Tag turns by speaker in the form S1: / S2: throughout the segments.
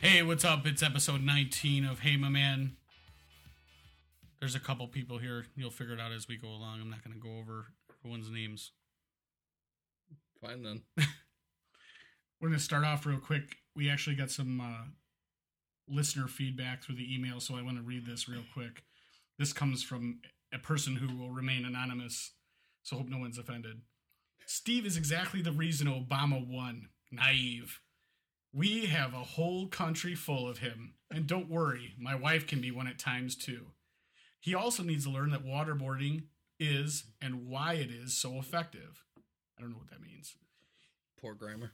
S1: Hey, what's up? It's episode 19 of Hey My Man. There's a couple people here. You'll figure it out as we go along. I'm not going to go over everyone's names.
S2: Fine then.
S1: We're going to start off real quick. We actually got some uh, listener feedback through the email, so I want to read this real quick. This comes from a person who will remain anonymous, so hope no one's offended. Steve is exactly the reason Obama won. Naive. We have a whole country full of him. And don't worry, my wife can be one at times too. He also needs to learn that waterboarding is and why it is so effective. I don't know what that means.
S2: Poor grammar.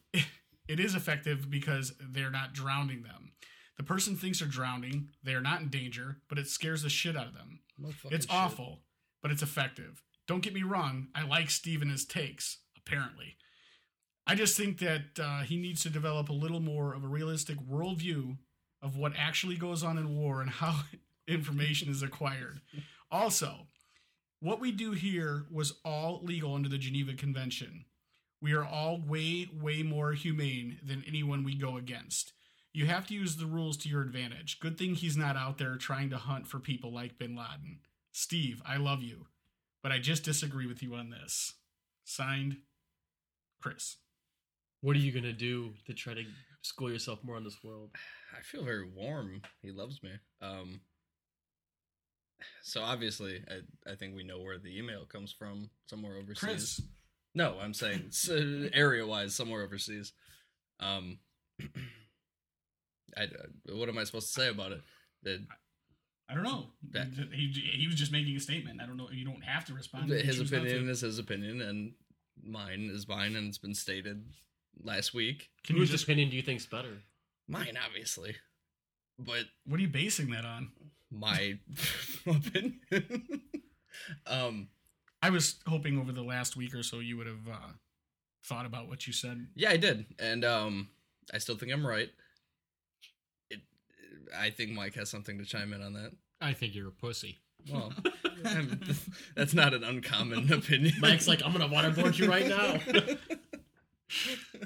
S1: It is effective because they're not drowning them. The person thinks they're drowning, they are not in danger, but it scares the shit out of them.
S2: Motherfucking
S1: It's
S2: shit.
S1: awful, but it's effective. Don't get me wrong, I like Steve and his takes, apparently. I just think that uh, he needs to develop a little more of a realistic worldview of what actually goes on in war and how information is acquired. Also, what we do here was all legal under the Geneva Convention. We are all way, way more humane than anyone we go against. You have to use the rules to your advantage. Good thing he's not out there trying to hunt for people like bin Laden. Steve, I love you, but I just disagree with you on this. Signed, Chris.
S3: What are you gonna do to try to score yourself more on this world?
S2: I feel very warm. He loves me. Um. So obviously, I, I think we know where the email comes from. Somewhere overseas.
S1: Chris,
S2: No, I'm saying area wise, somewhere overseas. Um, I, I- what am I supposed to say about it? That
S1: I don't know.
S2: That-
S1: He, he was just making a statement. I don't know. You don't have to respond. if you
S2: his
S1: choose not to.
S2: opinion is his opinion, and mine is mine, and it's been stated last week.
S1: Can you
S3: Whose
S1: just?
S3: opinion do you think's better?
S2: Mine, obviously, but
S1: What are you basing that on?
S2: my opinion. um,
S1: I was hoping over the last week or so you would have uh, thought about what you said.
S2: yeah, I did, and um, I still think I'm right. It, I think Mike has something to chime in on that.
S4: I think you're a pussy.
S2: Well, I'm- that's not an uncommon opinion.
S3: Mike's like, I'm gonna waterboard you right now.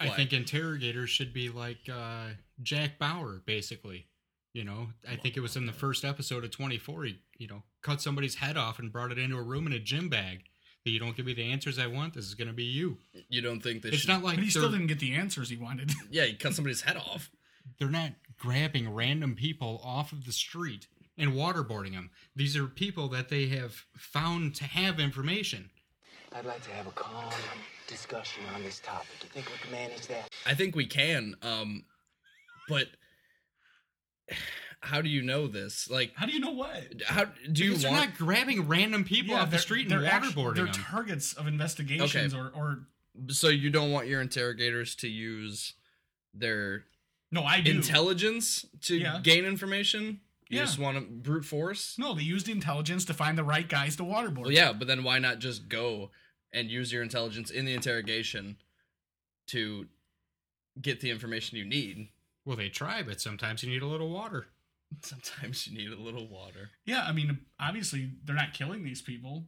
S4: I
S2: Why?
S4: think interrogators should be like uh, Jack Bauer, basically. You know, I think it was in the first episode of 24. He, you know, cut somebody's head off and brought it into a room in a gym bag. That you don't give me the answers I want. This is going to be you.
S2: you don't think they
S4: It's
S2: should?
S4: not like
S1: But he still
S4: they're-
S1: didn't get the answers he wanted.
S2: yeah, you cut somebody's head off.
S4: they're not grabbing random people off of the street and waterboarding them. These are people that they have found to have information.
S5: I'd like to have a calm discussion on this topic. You think we can manage that?
S2: I think we can. Um, but how do you know this? Like,
S1: How do you know what?
S2: how do you
S4: Because they're
S2: want?
S4: not grabbing random people off the
S1: they're-
S4: street and
S1: they're act-
S4: waterboarding
S1: They're
S4: them.
S1: targets of investigations or, or
S2: so you don't want your interrogators to use their
S1: no, I do.
S2: intelligence to
S1: Yeah.
S2: gain information. You
S1: Yeah.
S2: just want to brute force.
S1: no, they used intelligence to find the right guys to waterboard.
S2: Well, yeah, but then why not just go and use your intelligence in the interrogation to get the information you need?
S4: Well, they try, but sometimes you need a little water.
S2: Sometimes you need a little water.
S1: yeah. I mean, obviously they're not killing these people.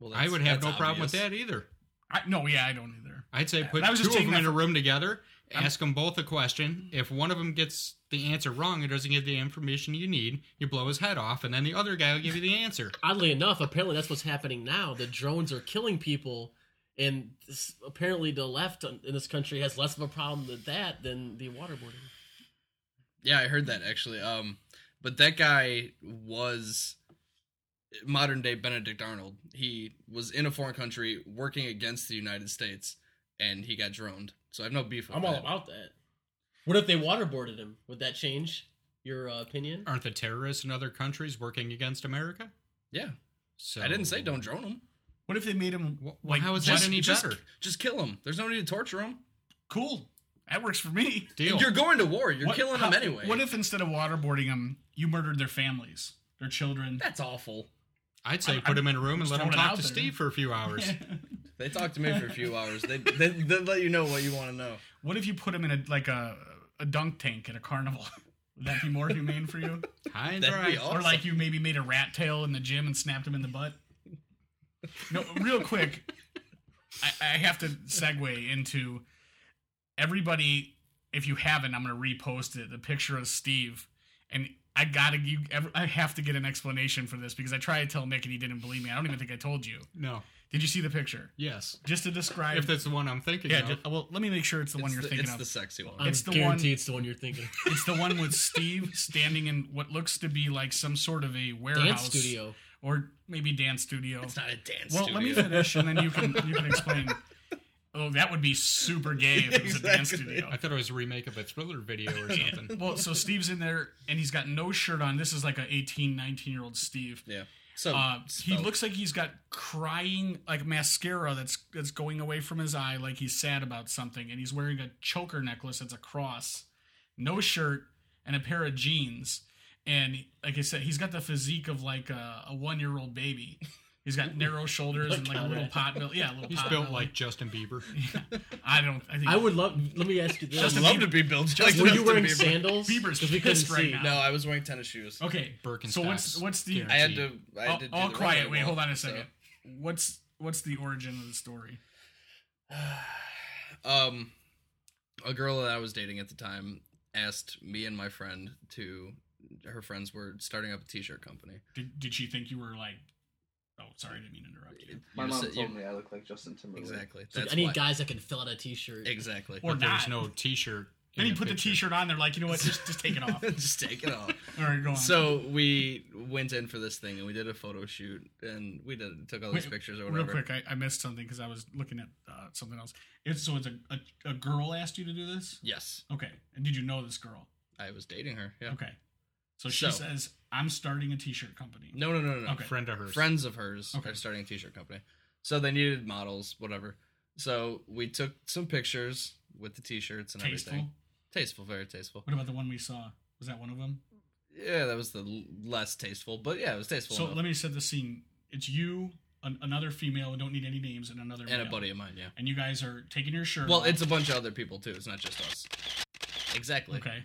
S2: Well,
S4: I would have no
S2: that's
S4: problem with
S2: obvious.
S4: that either.
S1: I, no, yeah, I don't either.
S4: I'd say put
S1: I was
S4: two
S1: just
S4: of
S1: taking
S4: them in
S1: that
S4: a
S1: for-
S4: room together,
S1: I'm-
S4: ask them both a question. If one of them gets the answer wrong and doesn't give the information you need, you blow his head off, and then the other guy will give you the answer.
S3: Oddly enough, apparently that's what's happening now. The drones are killing people, and this, apparently the left in this country has less of a problem with that than the waterboarding.
S2: Yeah, I heard that actually. Um, but that guy was modern day Benedict Arnold. He was in a foreign country working against the United States, and he got droned. So I have no beef with
S3: I'm
S2: that.
S3: all about that. What if they waterboarded him? Would that change your uh, opinion?
S4: Aren't the terrorists in other countries working against America?
S2: Yeah,
S4: So
S2: I didn't say don't drone him.
S1: What if they made him
S4: Well,
S1: like
S4: how is that
S1: just
S4: any
S2: just,
S4: better?
S2: Just kill him. There's no need to torture him.
S1: cool? That works for me.
S4: Deal.
S2: You're going to war. You're
S1: What-
S2: killing
S1: how-
S2: him anyway.
S1: What if instead of waterboarding them, you murdered their families, their children?
S2: That's awful.
S4: I'd say
S1: I'm-
S4: put him in a room and
S1: just
S4: let him
S1: throwing it out
S4: talk to
S1: there.
S4: Steve for a few hours.
S2: They talked to me for a few hours. They they they let you know what you want to know.
S1: What if you put him in a like a a dunk tank at a carnival? Would that be more humane for you?
S4: High and
S2: That'd
S4: dry.
S2: be awesome.
S1: Or like you maybe made a rat tail in the gym and snapped him in the butt? No, real quick, I, I have to segue into everybody if you haven't, I'm gonna repost it. The picture of Steve, and I gotta you. ev- I have to get an explanation for this because I tried to tell Nick and he didn't believe me. I don't even think I told you.
S4: No.
S1: Did you see the picture?
S4: Yes.
S1: Just to describe.
S4: If that's the one I'm thinking
S1: yeah.
S4: of.
S1: ju- well, let me make sure it's the one
S2: It's
S1: you're
S2: the-
S1: thinking
S2: it's
S1: of.
S2: the sexy one.
S1: Uh,
S3: I'm
S1: It's the
S3: guaranteed
S1: one-
S3: it's the one you're thinking. of.
S1: It's the one with Steve standing in what looks to be like some sort of a warehouse
S3: Dance studio.
S1: or maybe dance studio.
S2: It's not a dance.
S1: well, let me
S2: studio.
S1: finish and then you can you can explain. Oh, that would be super gay if it was a dance
S2: Exactly.
S1: studio.
S4: I thought it was a remake of a thriller video or something.
S1: Well, so Steve's in there and he's got no shirt on. This is like a 18, 19 year old Steve.
S2: Yeah. So
S1: Uh, he
S2: so-
S1: looks like he's got crying like mascara that's that's going away from his eye, like he's sad about something, and he's wearing a choker necklace that's a cross, no shirt, and a pair of jeans. And like I said, he's got the physique of like a, a one year old baby. He's got narrow shoulders and like a little pot belly. Yeah, a little
S4: He's
S1: pot
S4: built
S1: belly.
S4: like Justin Bieber.
S1: I don't. I think
S3: I would love. Let me ask you this:
S2: I'd love to be built. like
S3: Were you
S2: Justin
S3: wearing
S2: Bieber.
S3: sandals?
S1: Bieber's
S3: Because we couldn't
S1: pissed right
S3: see.
S1: now.
S2: No, I was wearing tennis shoes.
S1: Okay,
S4: Birkenstocks.
S1: so what's what's the
S2: I had to.
S4: guaranteed.
S2: I
S1: all,
S2: had to do
S1: all
S2: the
S1: quiet.
S2: running
S1: Wait,
S2: walk,
S1: hold on a
S2: so-
S1: second. What's what's the origin of the story?
S2: Um, a girl that I was dating at the time asked me and my friend to. Her friends were starting up a T-shirt company.
S1: Did did she think you were like? Oh, sorry, I didn't mean to interrupt you.
S6: My
S2: You
S6: mom
S2: said-
S6: told
S2: you-
S6: me I look like Justin Timberlake.
S2: Exactly.
S3: So
S2: That's
S3: I need
S2: why.
S3: guys that can fill out a T-shirt.
S2: Exactly.
S1: Or
S4: But there's
S1: not.
S4: no T-shirt. in
S1: Then he put the
S4: picture.
S1: T-shirt on. They're like, you know what? Just just take it off.
S2: Just take it off.
S1: All right, go on.
S2: So we went in for this thing and we did a photo shoot and we did took all these
S1: Wait,
S2: pictures or
S1: real
S2: whatever.
S1: quick, I, I missed something because I was looking at uh, something else. It's, so it's a, a a girl asked you to do this.
S2: Yes,
S1: Okay, and did you know this girl?
S2: I was dating her. Yeah.
S1: Okay, so she
S2: So-
S1: says, "I'm starting a T-shirt company."
S2: No, no, no, no. no.
S1: Okay.
S4: Friend of hers.
S2: Friends of hers
S1: Okay.
S2: are starting a T-shirt company, so they needed models, whatever. So we took some pictures with the T-shirts and
S1: Tasteful.
S2: everything. Tasteful, very tasteful.
S1: What about the one we saw? Was that one of them?
S2: Yeah, that was the l- less tasteful, but yeah, it was tasteful.
S1: So
S2: enough.
S1: let me set the scene. It's you, an, another female, we don't need any names, and another
S2: and a
S1: male.
S2: buddy of mine, yeah.
S1: And you guys are taking your shirt.
S2: Well,
S1: off.
S2: it's a bunch of other people too. It's not just us. Exactly.
S1: okay.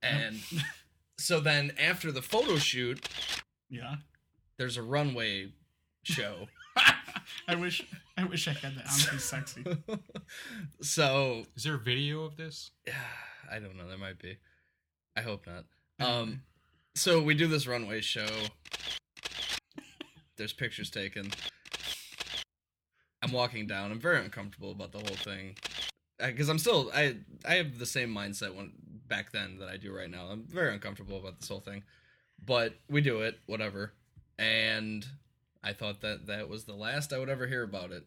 S2: And so then after the photo shoot,
S1: Yeah.
S2: there's a runway show.
S1: I wish I wish I had that. I'm too sexy.
S2: so
S4: Is there a video of this?
S2: I don't know. There might be. I hope not. Um, so we do this runway show. There's pictures taken. I'm walking down. I'm very uncomfortable about the whole thing because I'm still I I have the same mindset when back then that I do right now. I'm very uncomfortable about this whole thing, but we do it, whatever. And I thought that that was the last I would ever hear about it,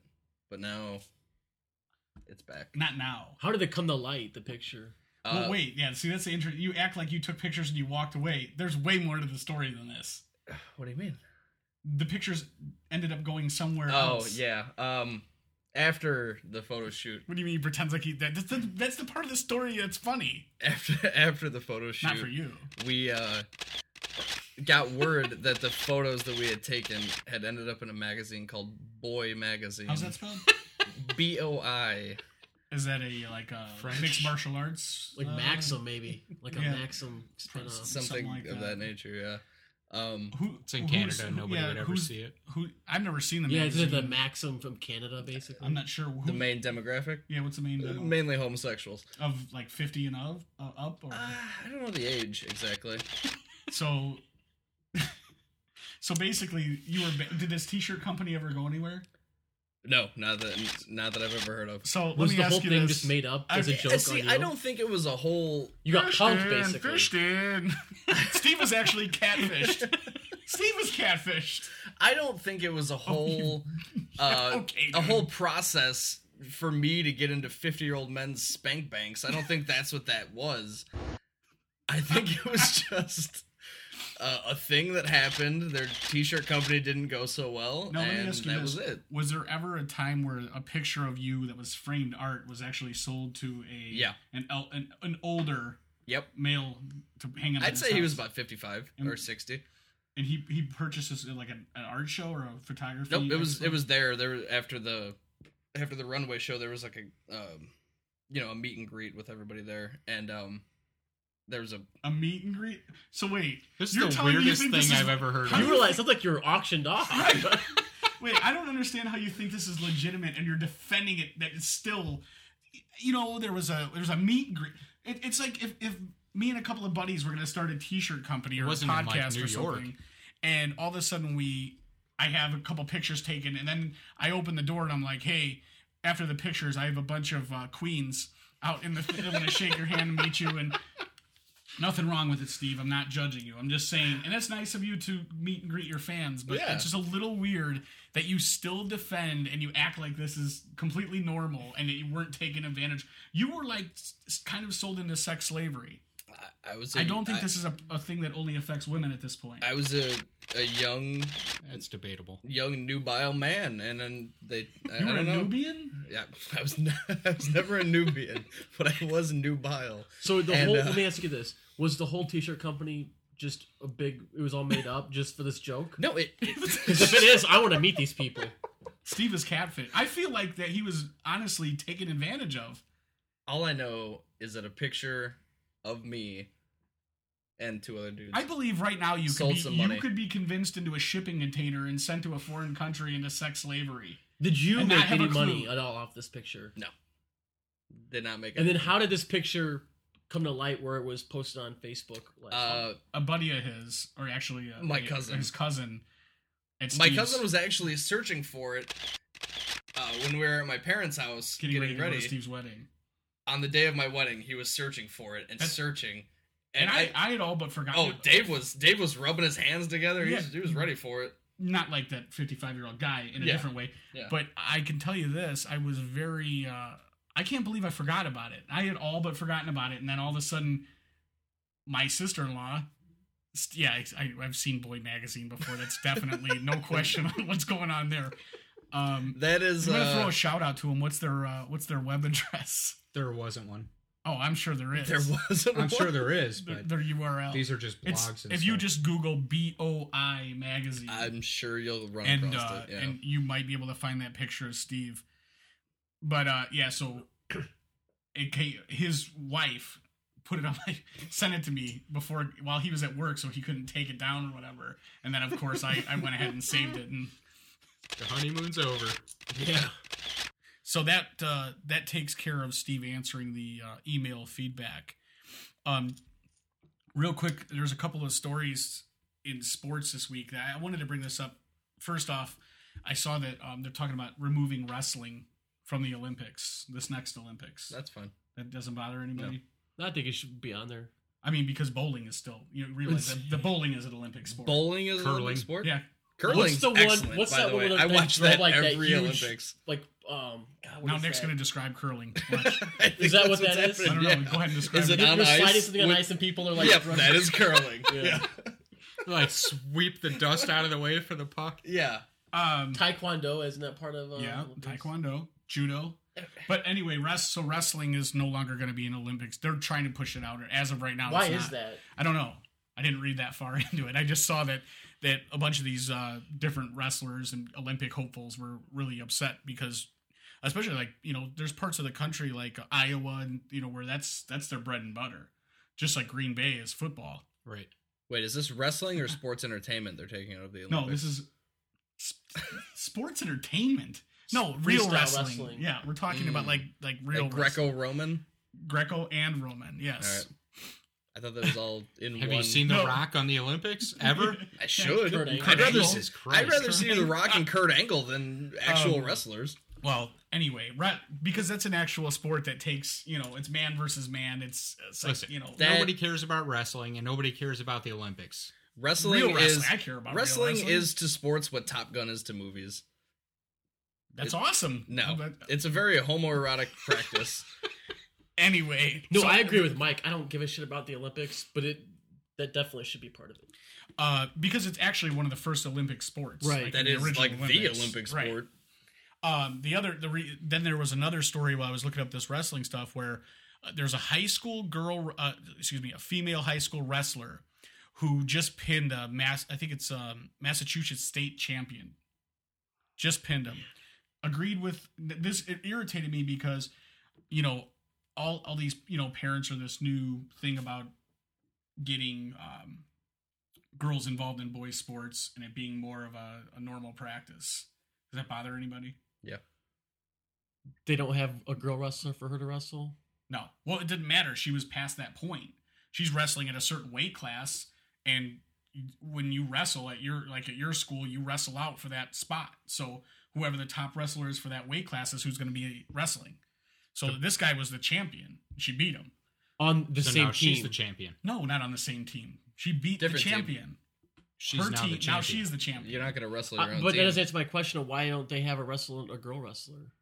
S2: but now it's back.
S1: Not now.
S3: How did it come to light? The picture.
S2: Uh,
S1: well, wait. Yeah. See, that's the intro. You act like you took pictures and you walked away. There's way more to the story than this.
S2: What do you mean?
S1: The pictures ended up going somewhere
S2: Oh
S1: else.
S2: yeah. Um, after the photo shoot,
S1: What do you mean? He pretends like he that, that's, the, that's the part of the story that's funny.
S2: after after the photo shoot,
S1: Not for you.
S2: we uh got word that the photos that we had taken had ended up in a magazine called Boy Magazine.
S1: How's that spelled?
S2: B O I.
S1: Is that a like a
S4: French?
S1: mixed martial arts
S3: Like
S1: uh,
S3: Maxim, maybe. Like a
S1: yeah.
S3: Maxim spin-off.
S1: Some-
S2: Something
S1: like
S2: of
S1: that.
S2: that nature. Yeah. Um.
S1: Who,
S4: It's in
S1: who's-
S4: Canada. Nobody
S1: yeah,
S4: would ever
S1: who's-
S4: see it.
S1: Who I've never seen the
S3: Yeah, is
S1: magazine.
S3: it the Maxim from Canada, basically?
S1: I'm not sure who.
S2: The main demographic,
S1: yeah, what's the main
S2: Uh,
S1: demo?
S2: mainly homosexuals.
S1: of like 50 and of uh, up or
S2: Uh, I don't know the age exactly.
S1: so. so basically, you were ba- did this T-shirt company ever go anywhere?
S2: No, not that not that I've ever heard of.
S1: So let
S3: Was
S1: me
S3: the
S1: ask
S3: whole
S1: you
S3: thing
S1: this.
S3: just made up
S1: I-
S3: as a
S1: yeah,
S3: joke
S2: See,
S3: on you?
S2: I don't think it was a whole
S3: You got punked,
S1: in,
S3: basically.
S1: Fished in. Steve was actually catfished. Steve was catfished.
S2: I don't think it was a whole uh,
S1: Oh, okay,
S2: a
S1: dude.
S2: whole process for me to get into 50 year old men's spank banks. I don't think that's what that was. I think it was just uh, a thing that happened. Their t shirt company didn't go so well,
S1: No, let me
S2: and
S1: ask you
S2: that
S1: this.
S2: was it.
S1: Was there ever a time where a picture of you that was framed art was actually sold to a
S2: Yeah.
S1: an el- an, an older
S2: Yep.
S1: male to hang up? at
S2: I'd
S1: his
S2: say he was
S1: house?
S2: about 55
S1: And-
S2: or 60.
S1: and he he purchases uh, like an, an art show or a photography.
S2: Nope, it was
S1: expo?
S2: it was there. There was- after the after the runway show, there was like a um, you know a meet and greet with everybody there, and um, there was a
S1: a meet and greet. So wait,
S4: This
S1: You're
S4: is the
S1: telling me you
S4: weirdest
S1: think
S4: thing
S1: this is-
S4: I've ever heard
S1: How
S4: of.
S1: do
S3: You realize sounds like you're auctioned off.
S1: wait, I don't understand how you think this is legitimate and you're defending it that it's still you know there was a there was a meet and greet. It, it's like if, if me and a couple of buddies were going to start a T-shirt company or a
S4: wasn't in, like,
S1: podcast
S4: New
S1: or
S4: York.
S1: something, and all of a sudden we, I have a couple pictures taken, and then I open the door and I'm like, hey, after the pictures, I have a bunch of uh, queens out in the field to shake your hand and meet you and. Nothing wrong with it, Steve. I'm not judging you. I'm just saying, and it's nice of you to meet and greet your fans, but
S2: Yeah.
S1: it's just a little weird that you still defend and you act like this is completely normal and that you weren't taken advantage. You were like s- s- kind of sold into sex slavery.
S2: I, I was. I
S1: I don't think this is a, a thing that only affects women at this point.
S2: I was a, a young
S4: That's debatable.
S2: young nubile man, and then they. I,
S1: you were
S2: I
S1: a
S2: don't know.
S1: Nubian?
S2: Yeah, I was. n- I was never a Nubian, but I was nubile.
S3: So the
S2: And,
S3: whole
S2: uh,
S3: let me ask you this: Was the whole T-shirt company just a big? It was all made up just for this joke.
S2: No, it. it
S3: 'Cause if it is, I want to meet these people.
S1: Steve is catfit. I feel like that he was honestly taken advantage of.
S2: all I know is that a picture of me and two other dudes.
S1: I believe right now you
S2: Sold
S1: could be,
S2: some
S1: you
S2: money.
S1: could be convinced into a shipping container and sent to a foreign country into sex slavery.
S3: Did you
S1: And not
S3: make
S1: have
S3: any
S1: a
S3: money
S1: clue.
S3: at all off this picture?
S2: did not make.
S3: And
S2: it.
S3: then how did this picture come to light where it was posted on Facebook? Like,
S2: Uh,
S1: A buddy of his, or actually uh,
S2: My cousin.
S1: his cousin. at
S2: my
S1: Steve's
S2: cousin was actually searching for it uh, when we were at my parents' house
S1: getting, ready, to go to Steve's wedding,
S2: on the day of my wedding, he was searching for it and
S1: That's-
S2: searching.
S1: and, I, I had all but forgotten.
S2: oh,
S1: about it.
S2: Dave was Dave was rubbing his hands together. He,
S1: Yeah.
S2: was, he was ready for it.
S1: not like that 55 year old guy in a
S2: Yeah.
S1: different way
S2: Yeah.
S1: but i can tell you this i was very uh i can't believe i forgot about it i had all but forgotten about it and then all of a sudden my sister-in-law s- yeah I, I, i've seen boy magazine before that's definitely no question on what's going on there um
S2: That is
S1: i'm gonna throw
S2: uh,
S1: a shout out to him what's their uh what's their web address
S4: There wasn't one.
S1: oh i'm sure there is
S2: there was.
S4: I'm sure there is,
S1: their,
S4: but
S1: their url
S4: these are just blogs.
S1: it's,
S4: and
S1: if you
S4: stuff.
S1: just google boi magazine
S2: I'm sure you'll run
S1: and
S2: across
S1: uh,
S2: it. Yeah.
S1: and you might be able to find that picture of Steve. But uh, yeah, so it ca- his wife put it on my sent it to me before while he was at work, so he couldn't take it down or whatever. And then of course I, I went ahead and saved it, and
S4: the honeymoon's over.
S3: yeah.
S1: so that uh, that takes care of Steve answering the uh, email feedback. Um, real quick, there's a couple of stories in sports this week that I wanted to bring this up. First off, I saw that um, they're talking about removing wrestling from the Olympics, this next Olympics.
S2: That's fine.
S1: that doesn't bother anybody.
S3: I think it should be on there.
S1: I mean, because bowling is still you know, realize that the bowling is an Olympic sport.
S2: Bowling is an
S4: Curling.
S2: Olympic sport.
S1: yeah,
S2: curling's
S3: What's the one-
S2: excellent.
S3: what's
S2: by
S3: that
S2: the
S3: one
S2: way,
S3: where
S2: I
S3: they
S2: watch
S3: throw,
S2: that
S3: like, that
S2: every
S3: huge-
S2: Olympics.
S3: Like, um, God, what
S1: now
S3: is
S1: Nick's
S3: that?
S1: going to describe curling.
S2: I think
S3: Is that
S2: that's
S3: what
S2: what's
S3: that is?
S1: I don't
S2: happening,
S1: know.
S2: yeah.
S1: Go ahead and describe
S2: Is
S1: it.
S2: it
S3: You're
S2: on
S3: sliding
S2: ice
S3: something on
S2: with-
S3: ice and people are like,
S2: yeah,
S3: running.
S2: that is curling.
S3: Yeah.
S2: yeah.
S4: Like sweep the dust out of the way for the puck.
S2: yeah.
S1: Um,
S3: Taekwondo isn't that part of uh,
S1: yeah,
S3: Olympics?
S1: taekwondo, judo. But anyway, rest so wrestling is no longer going to be an Olympics. They're trying to push it out as of right now.
S3: Why
S1: it's not.
S3: is that?
S1: I don't know. I didn't read that far into it. I just saw that that a bunch of these uh, different wrestlers and Olympic hopefuls were really upset because, especially like you know, there's parts of the country like Iowa and you know where that's that's their bread and butter, just like Green Bay is football.
S4: Right.
S2: Wait, is this wrestling or sports entertainment they're taking out of the Olympics?
S1: No, this is sp- sports entertainment. No, real
S3: Freestyle
S1: wrestling.
S3: wrestling.
S1: Yeah, we're talking
S2: Mm.
S1: about like like real
S2: like
S1: wrestling.
S2: Greco-Roman.
S1: Greco and Roman.
S2: All
S1: Yes.
S2: right. I thought that was all in
S4: Have
S2: one.
S4: you seen
S1: No.
S4: The Rock on the Olympics ever?
S2: I should.
S3: Kurt Angle.
S2: I'd rather,
S1: Kurt
S2: see,
S4: Jesus Christ.
S2: I'd rather see The
S1: Angle.
S2: Rock and Kurt Angle than actual
S1: Um,
S2: wrestlers.
S1: Well, anyway, right, because that's an actual sport that takes you know it's man versus man. It's, it's like,
S4: Listen,
S1: you know
S2: that-
S4: nobody cares about wrestling and nobody cares about the Olympics.
S2: Wrestling
S1: real wrestling.
S2: is
S1: I care about real
S2: wrestling,
S1: wrestling.
S2: is to sports what Top Gun is to movies.
S1: that's
S2: it-
S1: awesome.
S2: No,
S1: But
S2: it's a very homoerotic practice.
S1: anyway,
S3: No,
S1: so-
S3: I agree with Mike. I don't give a shit about the Olympics, but it that definitely should be part of it.
S1: Uh, because it's actually one of the first Olympic sports.
S3: Right.
S1: like,
S2: that
S1: the
S2: is
S1: original
S2: like the
S1: Olympics.
S2: Olympic
S1: Right.
S2: sport.
S1: um the other the re- then there was another story while i was looking up this wrestling stuff where uh, there's a high school girl uh, excuse me a female high school wrestler who just pinned a mass i think it's um massachusetts state champion just pinned him agreed with th- this it irritated me because you know all all these you know parents are this new thing about getting um girls involved in boys sports and it being more of a, a normal practice does that bother anybody
S3: They don't have a girl wrestler for her to wrestle.
S1: No. Well, it didn't matter. She was past that point. She's wrestling at a certain weight class, and when you wrestle at your like at your school, you wrestle out for that spot. So whoever the top wrestler is for that weight class is who's going to be wrestling. So this guy was the champion. She beat him.
S3: on the
S4: so
S3: same
S4: now she's
S3: team.
S4: the champion.
S1: No, not on the same team. She beat
S2: Different
S1: the
S2: team.
S1: champion.
S4: She's
S1: Her
S4: now
S1: team.
S4: the champion.
S1: Now she's the champion
S2: You're not gonna wrestle your
S3: Uh,
S2: own
S3: but that
S2: team.
S3: doesn't answer my question of why don't they have a wrestler, a girl wrestler?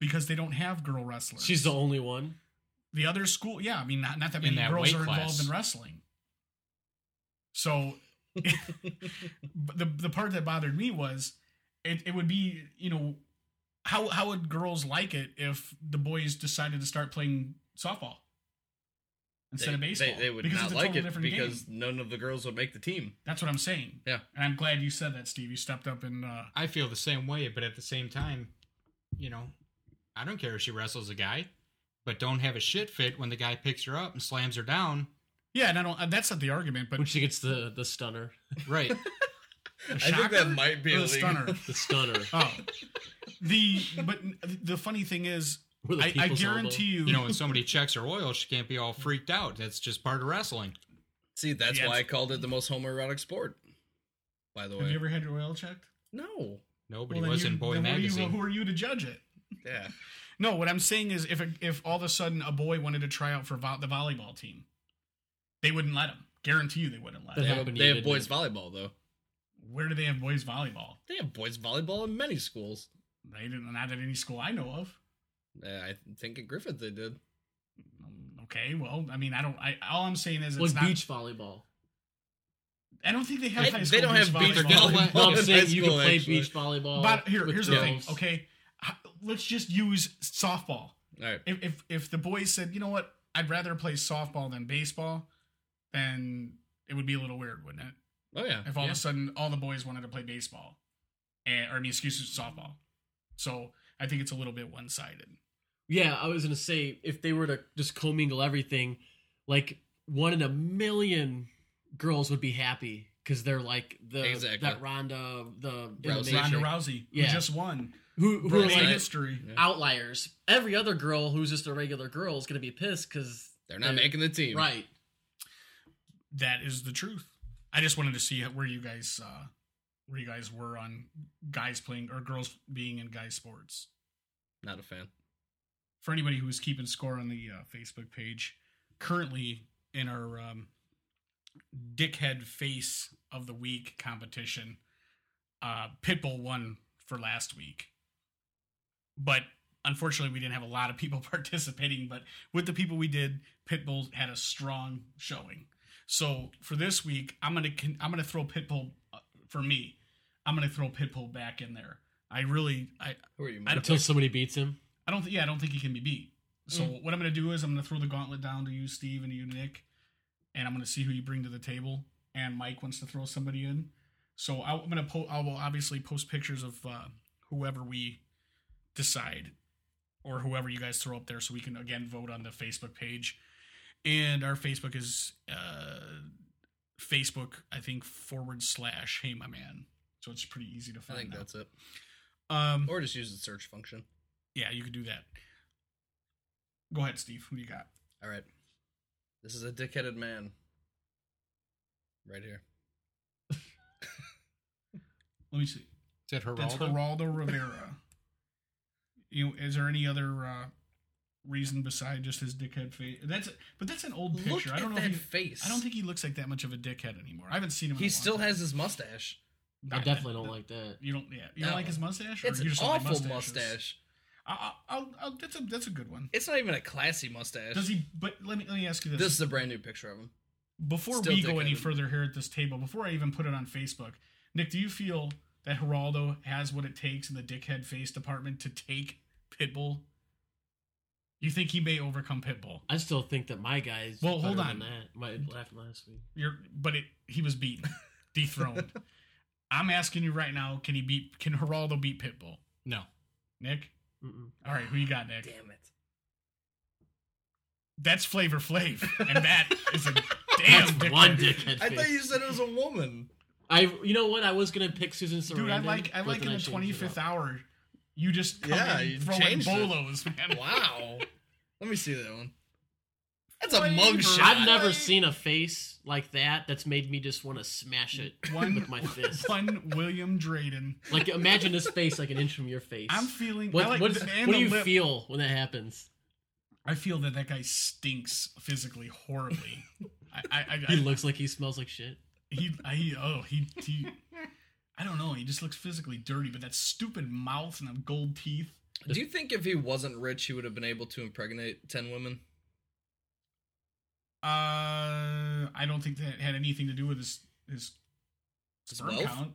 S1: because they don't have girl wrestlers.
S3: She's the only one.
S1: the other school. Yeah, I mean, not, not that
S4: In
S1: many
S4: that
S1: girls
S4: weight
S1: are involved
S4: class.
S1: in wrestling. So, but the the part that bothered me was it, it would be you know how how would girls like it if the boys decided to start playing softball
S2: They-
S1: instead of baseball?
S2: They, they would
S1: because
S2: not
S1: it's a
S2: like
S1: total
S2: it
S1: different game.
S2: because none of the girls would make the team.
S1: That's what I'm saying.
S2: Yeah.
S1: And I'm glad you said that, Steve. You stepped up and uh,
S4: I feel the same way, but at the same time, you know, I don't care if she wrestles a guy, but don't have a shit fit when the guy picks her up and slams her down.
S1: yeah, and I don't. uh, That's not the argument, but
S3: When she gets the the stunner,
S4: Right.
S1: a
S2: I think that
S1: shocker
S2: might be
S1: or a
S2: illegal.
S1: stunner.
S3: the stunner.
S1: Oh, the but the funny thing is,
S3: With a
S1: I, I
S3: people's
S1: guarantee you,
S4: you know, when somebody checks her oil, she can't be all freaked out. That's just part of wrestling.
S2: See, that's
S1: Yeah,
S2: why I
S1: it's-
S2: called it the most homoerotic sport. By the
S1: Have
S2: way,
S1: you ever had your oil checked?
S2: no.
S4: No, but he
S1: then
S4: was
S1: you-
S4: in Boy
S1: then what are you-
S4: Magazine.
S1: who are you to judge it?
S2: Yeah.
S1: No, what I'm saying is, if a, if all of a sudden a boy wanted to try out for vo- the volleyball team, they wouldn't let him. Guarantee you, they wouldn't let
S3: That
S2: They
S1: him.
S2: have,
S3: happened to
S2: they
S3: you,
S2: have
S3: didn't
S2: boys volleyball though.
S1: Where do they have boys volleyball?
S2: They have boys volleyball in many schools.
S1: They didn't. Not at any school I know of.
S2: Uh, I think at Griffith they did.
S1: Um, Okay, well, I mean, I don't. I all I'm saying is, it's
S3: was
S1: not.
S3: beach volleyball.
S1: I don't think they have
S2: They-
S1: high
S2: they
S1: school.
S2: don't
S1: beach
S2: have beach
S1: volleyball.
S4: volleyball. Well,
S3: No, I'm
S2: in
S3: saying
S2: high
S3: you can
S2: school,
S3: play
S2: actually.
S3: beach volleyball.
S1: But here,
S3: with
S1: here's the
S2: Yeah.
S1: thing.
S3: girls.
S1: Okay, H- let's just use softball.
S2: All right.
S1: If if if the boys said, you know what, I'd rather play softball than baseball, then it would be a little weird, wouldn't it?
S2: Oh yeah.
S1: if all
S2: yeah.
S1: of a sudden all the boys wanted to play baseball, and, or I mean, excuse me, softball. So I think it's a little bit one sided.
S3: Yeah, I was gonna say if they were to just commingle everything, like one in a million girls would be happy because they're like the
S2: Exactly.
S3: that Ronda the
S2: Rousey.
S3: Indonesia-
S1: Ronda Rousey,
S3: Yeah.
S1: who just won,
S3: who, who are
S1: Brooks
S3: like
S2: Right.
S1: history.
S2: Yeah.
S3: outliers. Every other girl who's just a regular girl is gonna be pissed because
S2: They're not making the team.
S3: right.
S1: That is the truth. I just wanted to see where you guys, uh, where you guys were on guys playing or girls being in guys sports.
S2: Not a fan.
S1: For anybody who is keeping score on the uh, Facebook page, currently in our um, dickhead face of the week competition, uh, Pitbull won for last week. But unfortunately, we didn't have a lot of people participating. But with the people we did, Pitbull had a strong showing. So for this week, I'm gonna con- I'm gonna throw Pitbull uh, for me. I'm gonna throw Pitbull back in there. I really I
S2: Who are you?
S1: I
S2: Mike?
S1: don't-
S3: Until somebody beats him,
S1: I don't think yeah I don't think he can be beat. So what I'm gonna do is I'm gonna throw the gauntlet down to you, Steve, and you, Nick, and I'm gonna see who you bring to the table. And Mike wants to throw somebody in. So I- I'm gonna po- I will obviously post pictures of uh, whoever we decide or whoever you guys throw up there, so we can again vote on the Facebook page. And our Facebook is uh, Facebook I think forward slash Hey My Man. So it's pretty easy to
S2: I
S1: find.
S2: think
S1: now.
S2: that's it.
S1: um,
S2: Or just use the search function.
S1: yeah, you could do that. Go ahead, Steve. Who do you got?
S2: All right. This is a dickheaded man. Right here.
S1: Let me see.
S4: Is that
S1: That's
S4: Geraldo?
S1: Geraldo Rivera. You know, is there any other uh, reason beside just his dickhead face? That's but that's an old picture. I
S2: Look
S1: don't
S2: at
S1: know.
S2: that
S1: if he,
S2: face.
S1: I don't think he looks like that much of a dickhead anymore. I haven't seen him. In
S2: he
S1: a long
S2: still
S1: time.
S2: has his mustache.
S3: I definitely don't like that.
S1: You don't. Yeah, you don't
S2: No.
S1: like his mustache. Or
S2: It's
S1: you
S2: an
S1: just don't like
S2: awful
S1: mustaches?
S2: mustache.
S1: I, I, I'll, I'll, that's a that's a good one.
S2: It's not even a classy mustache.
S1: Does he? But let me let me ask you this.
S2: This is a brand new picture of him.
S1: before
S2: Still
S1: we go any
S2: dickheaded.
S1: further here at this table, before I even put it on Facebook, Nick, do you feel that Geraldo has what it takes in the dickhead face department to take Pitbull? You think he may overcome Pitbull?
S3: I still think that my guys.
S1: Well, hold
S3: better
S1: on.
S3: Than that my laughed last week.
S1: You're, but it, he was beaten, dethroned. I'm asking you right now: Can he beat? Can Geraldo beat Pitbull?
S4: No.
S1: Nick,
S3: Mm-mm.
S1: all right, who you got, Nick?
S2: Damn it.
S1: That's Flavor Flav, and that is a damn dickhead.
S3: One dickhead.
S2: I
S3: face.
S2: thought you said it was a woman.
S3: I you know what I was gonna pick Susan Sarandon.
S1: Dude, I like I
S3: but
S1: like
S3: then
S1: in the
S3: changed it
S1: twenty fifth
S3: up.
S1: hour, you just come
S2: Yeah,
S1: in
S2: you
S1: throwing
S2: changed it.
S1: bolos, man.
S2: Wow. Let me see that one. That's a
S1: Flavor.
S2: mug shot.
S3: I've never seen a face like that that's made me just want to smash it
S1: One
S3: with my fist.
S1: One William Drayden.
S3: Like imagine his face like an inch from your face.
S1: I'm feeling.
S3: what
S1: I like,
S3: what's-
S1: the- and
S3: what do
S1: the
S3: you
S1: lip.
S3: feel when that happens?
S1: I feel that that guy stinks physically horribly. I, I, I,
S3: He looks like he smells like shit.
S1: He, I, he, oh, he, he. I don't know. He just looks physically dirty, but that stupid mouth and the gold teeth.
S2: Do you think if he wasn't rich, he would have been able to impregnate ten women?
S1: Uh, I don't think that had anything to do with his his
S2: His
S1: sperm
S2: wealth?
S1: count.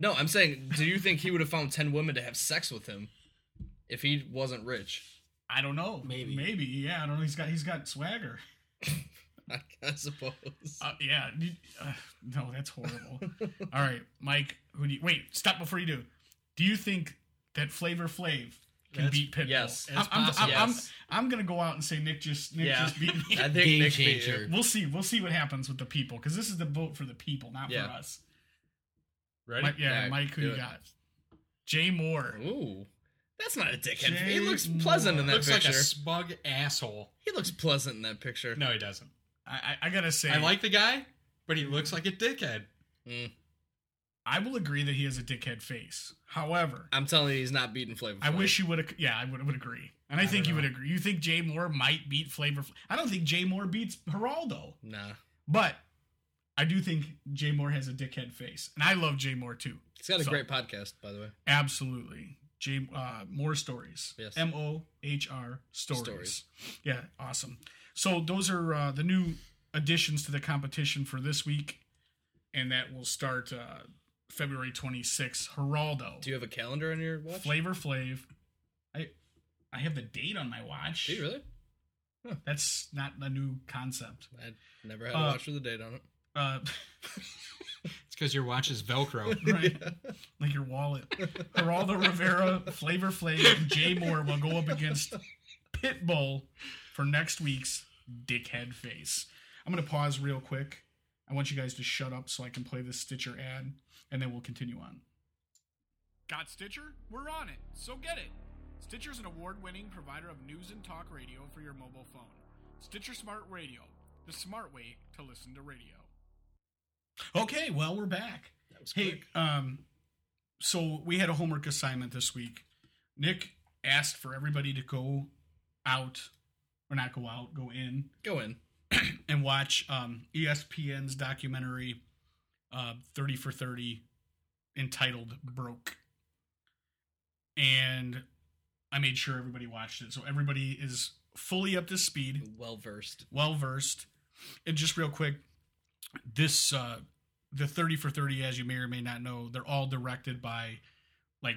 S2: No, I'm saying, do you think he would have found ten women to have sex with him if he wasn't rich?
S1: I don't know.
S3: Maybe.
S1: maybe, yeah. I don't know. He's got he's got swagger.
S2: I, I suppose.
S1: Uh, yeah. you- uh, no, that's horrible. All right, Mike. Who do you, wait? Stop before you do. Do you think that Flavor Flav can
S4: That's-
S1: beat Pitbull?
S2: yes.
S1: I'm,
S4: That's
S1: I'm, I'm,
S4: possible.
S1: I'm-
S2: Yes.
S1: I'm gonna go out and say Nick just Nick
S2: Yeah.
S1: just beat me.
S2: I think
S3: Game
S2: Nick beat
S3: changer.
S2: you.
S1: We'll see. We'll see what happens with the people because this is the vote for the people, not
S2: Yeah.
S1: for us.
S4: Ready?
S1: Mike, yeah,
S2: Yeah,
S1: Mike, who
S2: do
S1: you
S2: it.
S1: got? Jay Moore.
S2: Ooh, that's not a dickhead.
S1: Jay
S2: he looks pleasant in that
S4: Looks like
S2: picture.
S4: a smug asshole.
S2: he looks pleasant in that picture.
S4: No, he doesn't.
S1: I, I, I gotta say,
S4: I like the guy, but he looks like a dickhead.
S2: Mm.
S1: I will agree that he has a dickhead face. However,
S2: I'm telling you, he's not beating Flavor.
S1: I
S2: Flav.
S1: wish you would. ag- Yeah, I would, would agree, and I,
S4: I
S1: think
S4: don't
S1: you would
S4: know.
S1: agree. You think Jay Moore might beat Flavor? Flav. I don't think Jay Moore beats Geraldo,
S2: Nah,
S1: but I do think Jay Moore has a dickhead face, and I love Jay Moore too.
S2: he's got a
S1: So-
S2: great podcast, by the way.
S1: Absolutely. J uh, more stories.
S2: Yes.
S1: M O H R stories.
S2: Stories.
S1: Yeah, awesome. So those are uh, the new additions to the competition for this week, and that will start uh, February 26th. Geraldo,
S2: Do you have a calendar on your watch?
S1: Flavor Flav. I I have the date on my watch.
S2: Do you really?
S1: That's not a new concept.
S2: I never had a
S1: Uh,
S2: watch with a date on it.
S1: Uh,
S4: It's because your watch is Velcro.
S1: right, like your wallet. Geraldo Rivera, Flavor Flav, and Jay Moore will go up against Pitbull for next week's Dickhead Face. I'm going to pause real quick. I want you guys to shut up so I can play this Stitcher ad, and then we'll continue on. Got Stitcher? We're on it, so get it. Stitcher's an award winning provider of news and talk radio for your mobile phone. Stitcher Smart Radio, the smart way to listen to radio. Okay, well, we're back.
S2: That was
S1: Hey,
S2: quick.
S1: um, so we had a homework assignment this week. Nick asked for everybody to go out, or not go out, go in
S2: Go in.
S1: and watch um, ESPN's documentary, uh, 30 for 30, entitled Broke. And I made sure everybody watched it. So everybody is fully up to speed
S2: Well versed.
S1: well versed. And just real quick, this uh the 30 for 30 as you may or may not know, they're all directed by like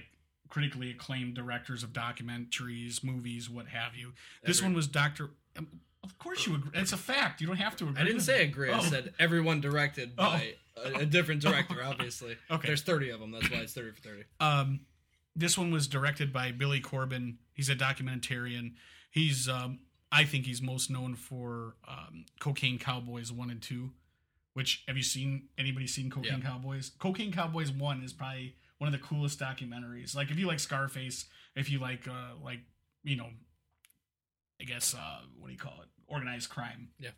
S1: critically acclaimed directors of documentaries, movies, what have you. This
S2: Every-
S1: one was Dr. um, Of course you agree. It's a fact. You don't have to agree.
S2: I didn't
S1: with
S2: say
S1: it.
S2: agree.
S1: Oh,
S2: I said everyone directed by a, a different director, obviously.
S1: Okay.
S2: There's 30 of them. That's why it's 30 for 30.
S1: um this one was directed by Billy Corbin. He's a documentarian. He's um I think he's most known for um Cocaine Cowboys 1 and 2. which have you seen anybody seen Cocaine
S2: Yeah.
S1: Cowboys? Cocaine Cowboys one is probably one of the coolest documentaries. Like if you like Scarface, if you like uh like you know, I guess uh what do you call it? Organized crime.
S2: Yeah.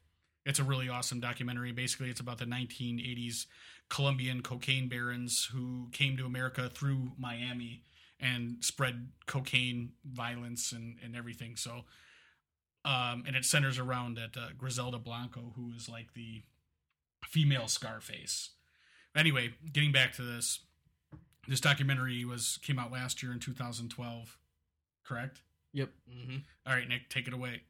S1: It's a really awesome documentary. Basically, it's about the 1980s Colombian cocaine barons who came to America through Miami and spread cocaine, violence, and and everything. So, um, and it centers around that uh, Griselda Blanco, who is like the female Scarface. Anyway, getting back to this, this documentary was came out last year in 2012, correct?
S3: Yep.
S2: Mm-hmm.
S1: All right, Nick, take it away.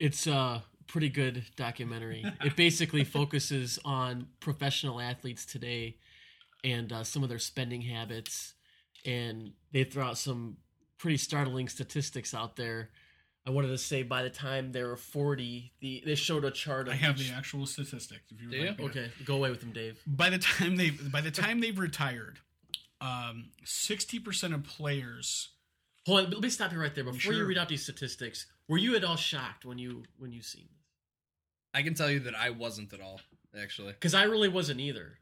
S3: It's a pretty good documentary. it basically focuses on professional athletes today and uh, some of their spending habits, and they throw out some pretty startling statistics out there. I wanted to say by the time they were forty, the they showed a chart. Of
S1: I have
S3: each-
S1: the actual statistics. If you would
S2: Do
S1: like
S2: you?
S1: me to-
S3: Okay, go away with them, Dave.
S1: By the time they by the time they've retired, um, 60% of players
S3: Hold on, let me stop you right there. Before you
S1: Sure.
S3: read out these statistics, were you at all shocked when you when you seen this?
S2: I can tell you that I wasn't at all, actually.
S3: Because I really wasn't either.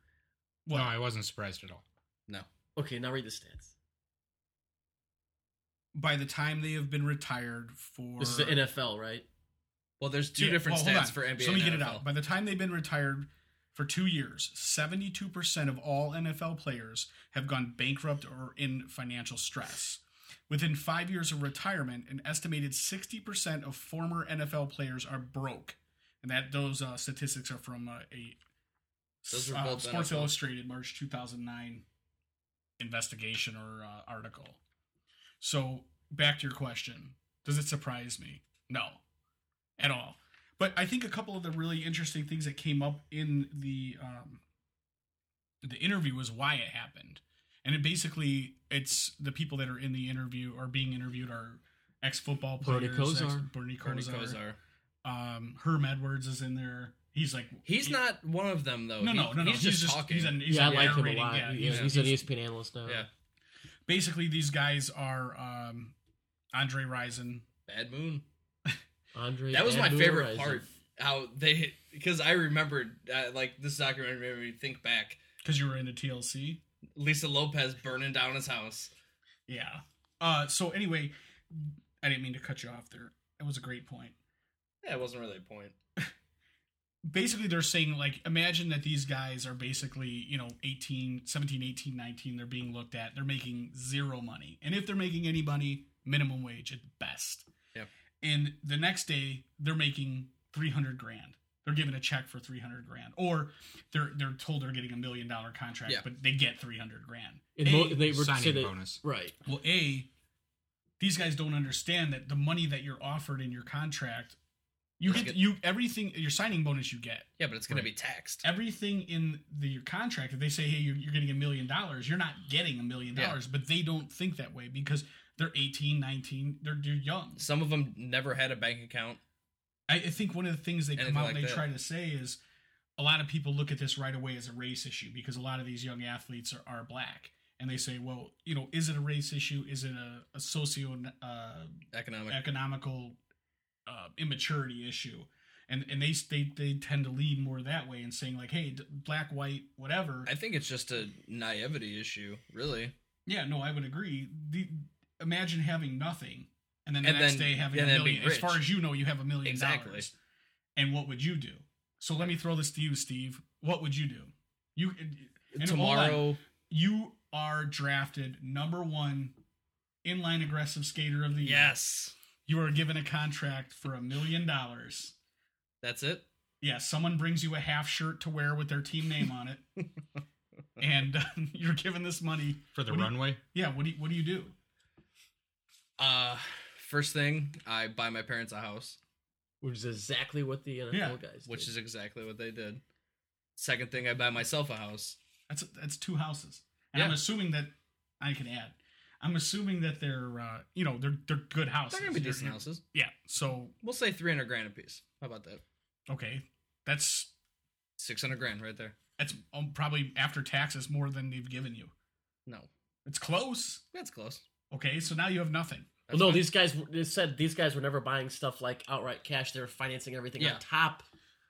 S4: no, I wasn't surprised at all.
S2: No.
S3: Okay, now read the stats.
S1: by the time they have been retired for
S3: This is the NFL, right?
S2: Well, there's two
S1: Yeah,
S2: different
S1: well, hold
S2: stats
S1: on.
S2: for NBA.
S1: So let me get
S2: and
S1: it
S2: NFL.
S1: out. By the time they've been retired for two years, 72% of all NFL players have gone bankrupt or in financial stress. Within five years of retirement, an estimated 60% of former NFL players are broke. And that those uh, statistics are from uh, a
S2: Those were
S1: uh,
S2: both
S1: Sports
S2: NFL.
S1: Illustrated March 2009 investigation or uh, article. So back to your question, does it surprise me? No, at all. But I think a couple of the really interesting things that came up in the um, the interview was why it happened, and it basically it's the people that are in the interview or being interviewed are ex football
S3: Bernie
S1: players,
S3: Kosar.
S1: ex- Bernie
S2: Bernie
S1: Kosar,
S2: Kosar.
S1: Um, Herm Edwards is in there. He's like
S2: He's
S1: he-
S2: not one of them
S3: Oh,
S2: though.
S1: no,
S2: He-
S1: no, no, no.
S2: He's just talking.
S1: He's an, he's
S3: yeah, I
S1: a
S3: like him a
S1: narrating,
S3: lot.
S1: Yeah,
S3: He-
S1: he's-
S3: he's, an ESPN analyst now.
S2: yeah,
S1: basically these guys are um, Andre Rison.
S2: Bad Moon.
S3: Andre.
S2: That was my
S3: Admir
S2: favorite
S3: Rison.
S2: part. How they because I remembered uh, like this documentary made me think back.
S1: because you were into TLC.
S2: Lisa Lopez burning down his house.
S1: Yeah. Uh, so anyway, I didn't mean to cut you off there. It was a great point.
S2: That wasn't really a point.
S1: Basically, they're saying like, imagine that these guys are basically, you know, 18, 17, 18, 19. They're being looked at. They're making zero money. And if they're making any money, minimum wage at best.
S2: Yep.
S1: And the next day they're making 300 grand. They're given a check for 300 grand or they're, they're told they're getting a million dollar contract,
S2: Yeah.
S1: but they get 300 grand.
S3: And
S1: A,
S3: mo- they were
S4: signing
S3: say that-
S4: bonus.
S3: Right.
S1: Well, A, these guys don't understand that the money that you're offered in your contract, you
S2: It's
S1: get
S2: good.
S1: you everything your signing bonus you get.
S2: Yeah, but it's gonna
S4: Right.
S2: be taxed.
S1: Everything in the your contract, if they say, hey, you're, you're getting a million dollars, you're not getting a million
S2: Yeah.
S1: dollars, but they don't think that way because they're 18, 19, they're, they're young.
S2: Some of them never had a bank account.
S1: I, I think one of the things they come
S2: Anything
S1: out
S2: like
S1: they
S2: that.
S1: try to say is a lot of people look at this right away as a race issue because a lot of these young athletes are, are black. And they say, well, you know, is it a race issue? Is it a, a socio uh,
S2: Economic.
S1: economical uh, immaturity issue, and and they, they they tend to lean more that way and saying like, hey, d- black, white, whatever.
S2: I think it's just a naivety issue, really.
S1: yeah, no, I would agree. The, imagine having nothing, and then the
S2: And
S1: next
S2: then-
S1: day having a
S2: and then being
S1: million. As far
S2: rich.
S1: as you know, you have a million
S2: Exactly.
S1: dollars. And what would you do? So let me throw this to you, Steve. What would you do? You and hold on.
S2: Tomorrow,
S1: you are drafted number one inline aggressive skater of the year.
S2: yes,
S1: You are given a contract for a million dollars.
S2: that's it.
S1: Yeah, someone brings you a half shirt to wear with their team name on it, and uh, you're given this money
S4: for the
S1: What do you-
S4: runway.
S1: yeah, what do you, what do you do?
S2: Uh, first thing, I buy my parents a house,
S3: Which is exactly what the NFL
S1: Yeah,
S3: guys.
S2: which
S3: did.
S2: is exactly what they did. Second thing, I buy myself a house.
S1: That's that's two houses, and I'm
S2: Yeah.
S1: assuming that I can add. I'm assuming that they're uh, you know they're they're good houses.
S2: They're gonna be
S1: They're-
S2: decent houses.
S1: Yeah. So
S2: We'll say three hundred grand a piece. How about that?
S1: okay, that's
S2: Six hundred grand right there.
S1: that's um, probably after taxes more than they've given you.
S2: No,
S1: It's close.
S2: that's close.
S1: Okay, so now you have nothing.
S2: That's
S3: well, no,
S2: fine.
S3: these guys. were- They said these guys were never buying stuff like outright cash. They were financing everything
S2: Yeah.
S3: on top.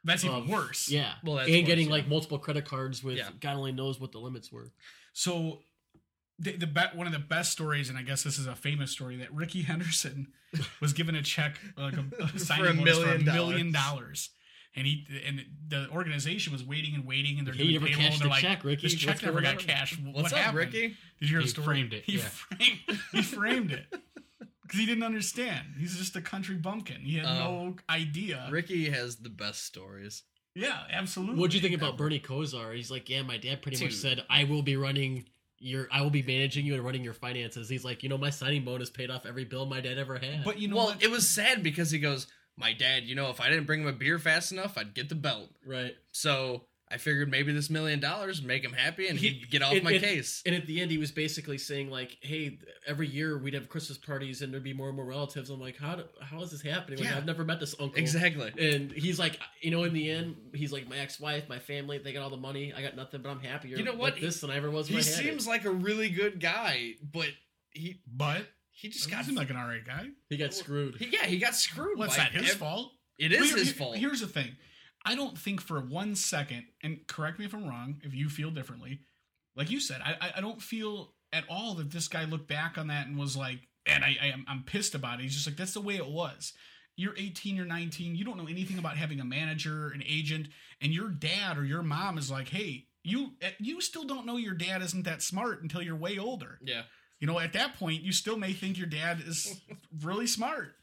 S1: That's even
S3: of-
S1: worse.
S3: Yeah.
S2: Well, that's
S3: and
S2: worse,
S3: getting
S2: yeah.
S3: like multiple credit cards with
S2: Yeah.
S3: God only knows what the limits were.
S1: So the, the be- one of the best stories, and I guess this is a famous story, that Ricky Henderson was given a check, like a, a signing
S2: For a
S1: bonus for a
S2: million
S1: million
S2: dollars.
S1: dollars, and he and the organization was waiting and waiting, and they're
S3: Hey, you
S1: doing
S3: never
S1: payroll, and
S3: cashed
S1: they're
S3: the
S1: like,
S3: check, Ricky.
S1: this check
S3: What's
S1: never
S3: going
S1: got
S3: on?"
S1: cashed. Wh-
S2: What's
S1: what
S2: up,
S1: happened?
S2: Ricky?
S1: Did you hear
S4: He
S1: the story?
S4: framed it,
S1: He
S4: yeah.
S1: framed. He framed it because he didn't understand. He's just a country bumpkin. He had
S2: Oh.
S1: no idea.
S2: Ricky has the best stories.
S1: yeah, absolutely.
S3: What'd you think about Bernie Kosar? He's like, yeah, my dad pretty much
S2: Dude.
S3: said I will be running your, I will be managing you and running your finances. He's like, you know, my signing bonus paid off every bill my dad ever had.
S1: But you know
S2: well,
S1: what?
S2: it was sad because he goes, "My dad, you know, if I didn't bring him a beer fast enough, I'd get the belt."
S3: right.
S2: So I figured maybe this million dollars would make him happy and
S3: He-
S2: he'd get off
S3: it-
S2: my
S3: it-
S2: case.
S3: And at the end, he was basically saying like, "Hey, every year we'd have Christmas parties and there'd be more and more relatives." I'm like, "How do, how is this happening? Like,
S2: Yeah.
S3: I've never met this uncle."
S2: exactly.
S3: And he's like, you know, in the end, he's like, my ex-wife, my family, they got all the money. I got nothing, but I'm happier.
S2: You know what?
S3: With this than I ever was.
S2: He
S3: When I had it."
S2: seems like a really good guy, but he
S1: but
S2: he just
S1: just
S2: got
S1: got him like an alright guy.
S3: he got screwed.
S2: he, yeah he got screwed.
S1: What's
S2: by
S1: that? His
S2: ev-
S1: fault.
S2: It is
S1: Well, here-
S2: his
S1: here-
S2: fault.
S1: Here's the thing. I don't think for one second, and correct me if I'm wrong, if you feel differently, like you said, I, I- I don't feel at all that this guy looked back on that and was like, and I, I am I'm pissed about it. He's just like that's the way it was. You're 18, you're 19, you don't know anything about having a manager, an agent, and your dad or your mom is like, hey, you eh, you still don't know your dad isn't that smart until you're way older.
S2: Yeah.
S1: You know, at that point, you still may think your dad is really smart.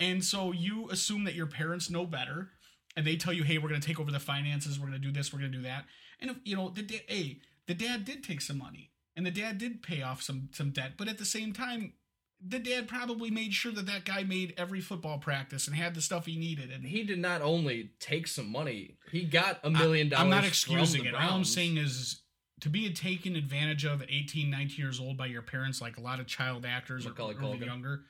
S1: And so you assume that your parents know better and they tell you, hey, we're going to take over the finances. We're going to do this. We're going to do that. And, if, you know, the da- hey, the dad did take some money and the dad did pay off some, some debt. But at the same time, the dad probably made sure that that guy made every football practice and had the stuff he needed. And
S2: He did not only take some money, he got a million dollars.
S1: I'm not
S2: from
S1: excusing
S2: the
S1: it. All I'm
S2: Browns.
S1: saying is to be taken advantage of at 18, 19 years old by your parents, like a lot of child actors or, or
S2: Macaulay
S1: the
S2: Culkin.
S1: younger,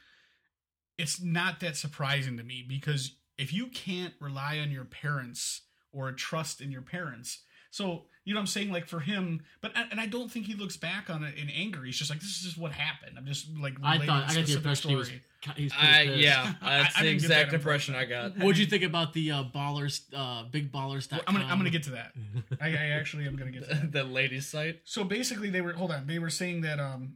S1: it's not that surprising to me because if you can't rely on your parents or trust in your parents, so you know what I'm saying, like for him, but and I don't think he looks back on it in anger. He's just like, this is just what happened. I'm just like,
S3: I
S1: relating
S3: thought
S1: a
S3: I got the
S1: specific
S3: impression he was,
S1: story.
S3: ki- he was pretty
S2: I,
S3: pissed.
S2: yeah,
S1: I-
S2: that's
S1: I
S2: the
S1: didn't get that
S2: exact impression I got.
S3: What'd you think about the uh, ballers, uh, bigballers?
S1: Well, I'm gonna I'm gonna get to that. I, I actually am gonna get to that.
S2: the ladies' site.
S1: So basically, they were hold on. They were saying that um,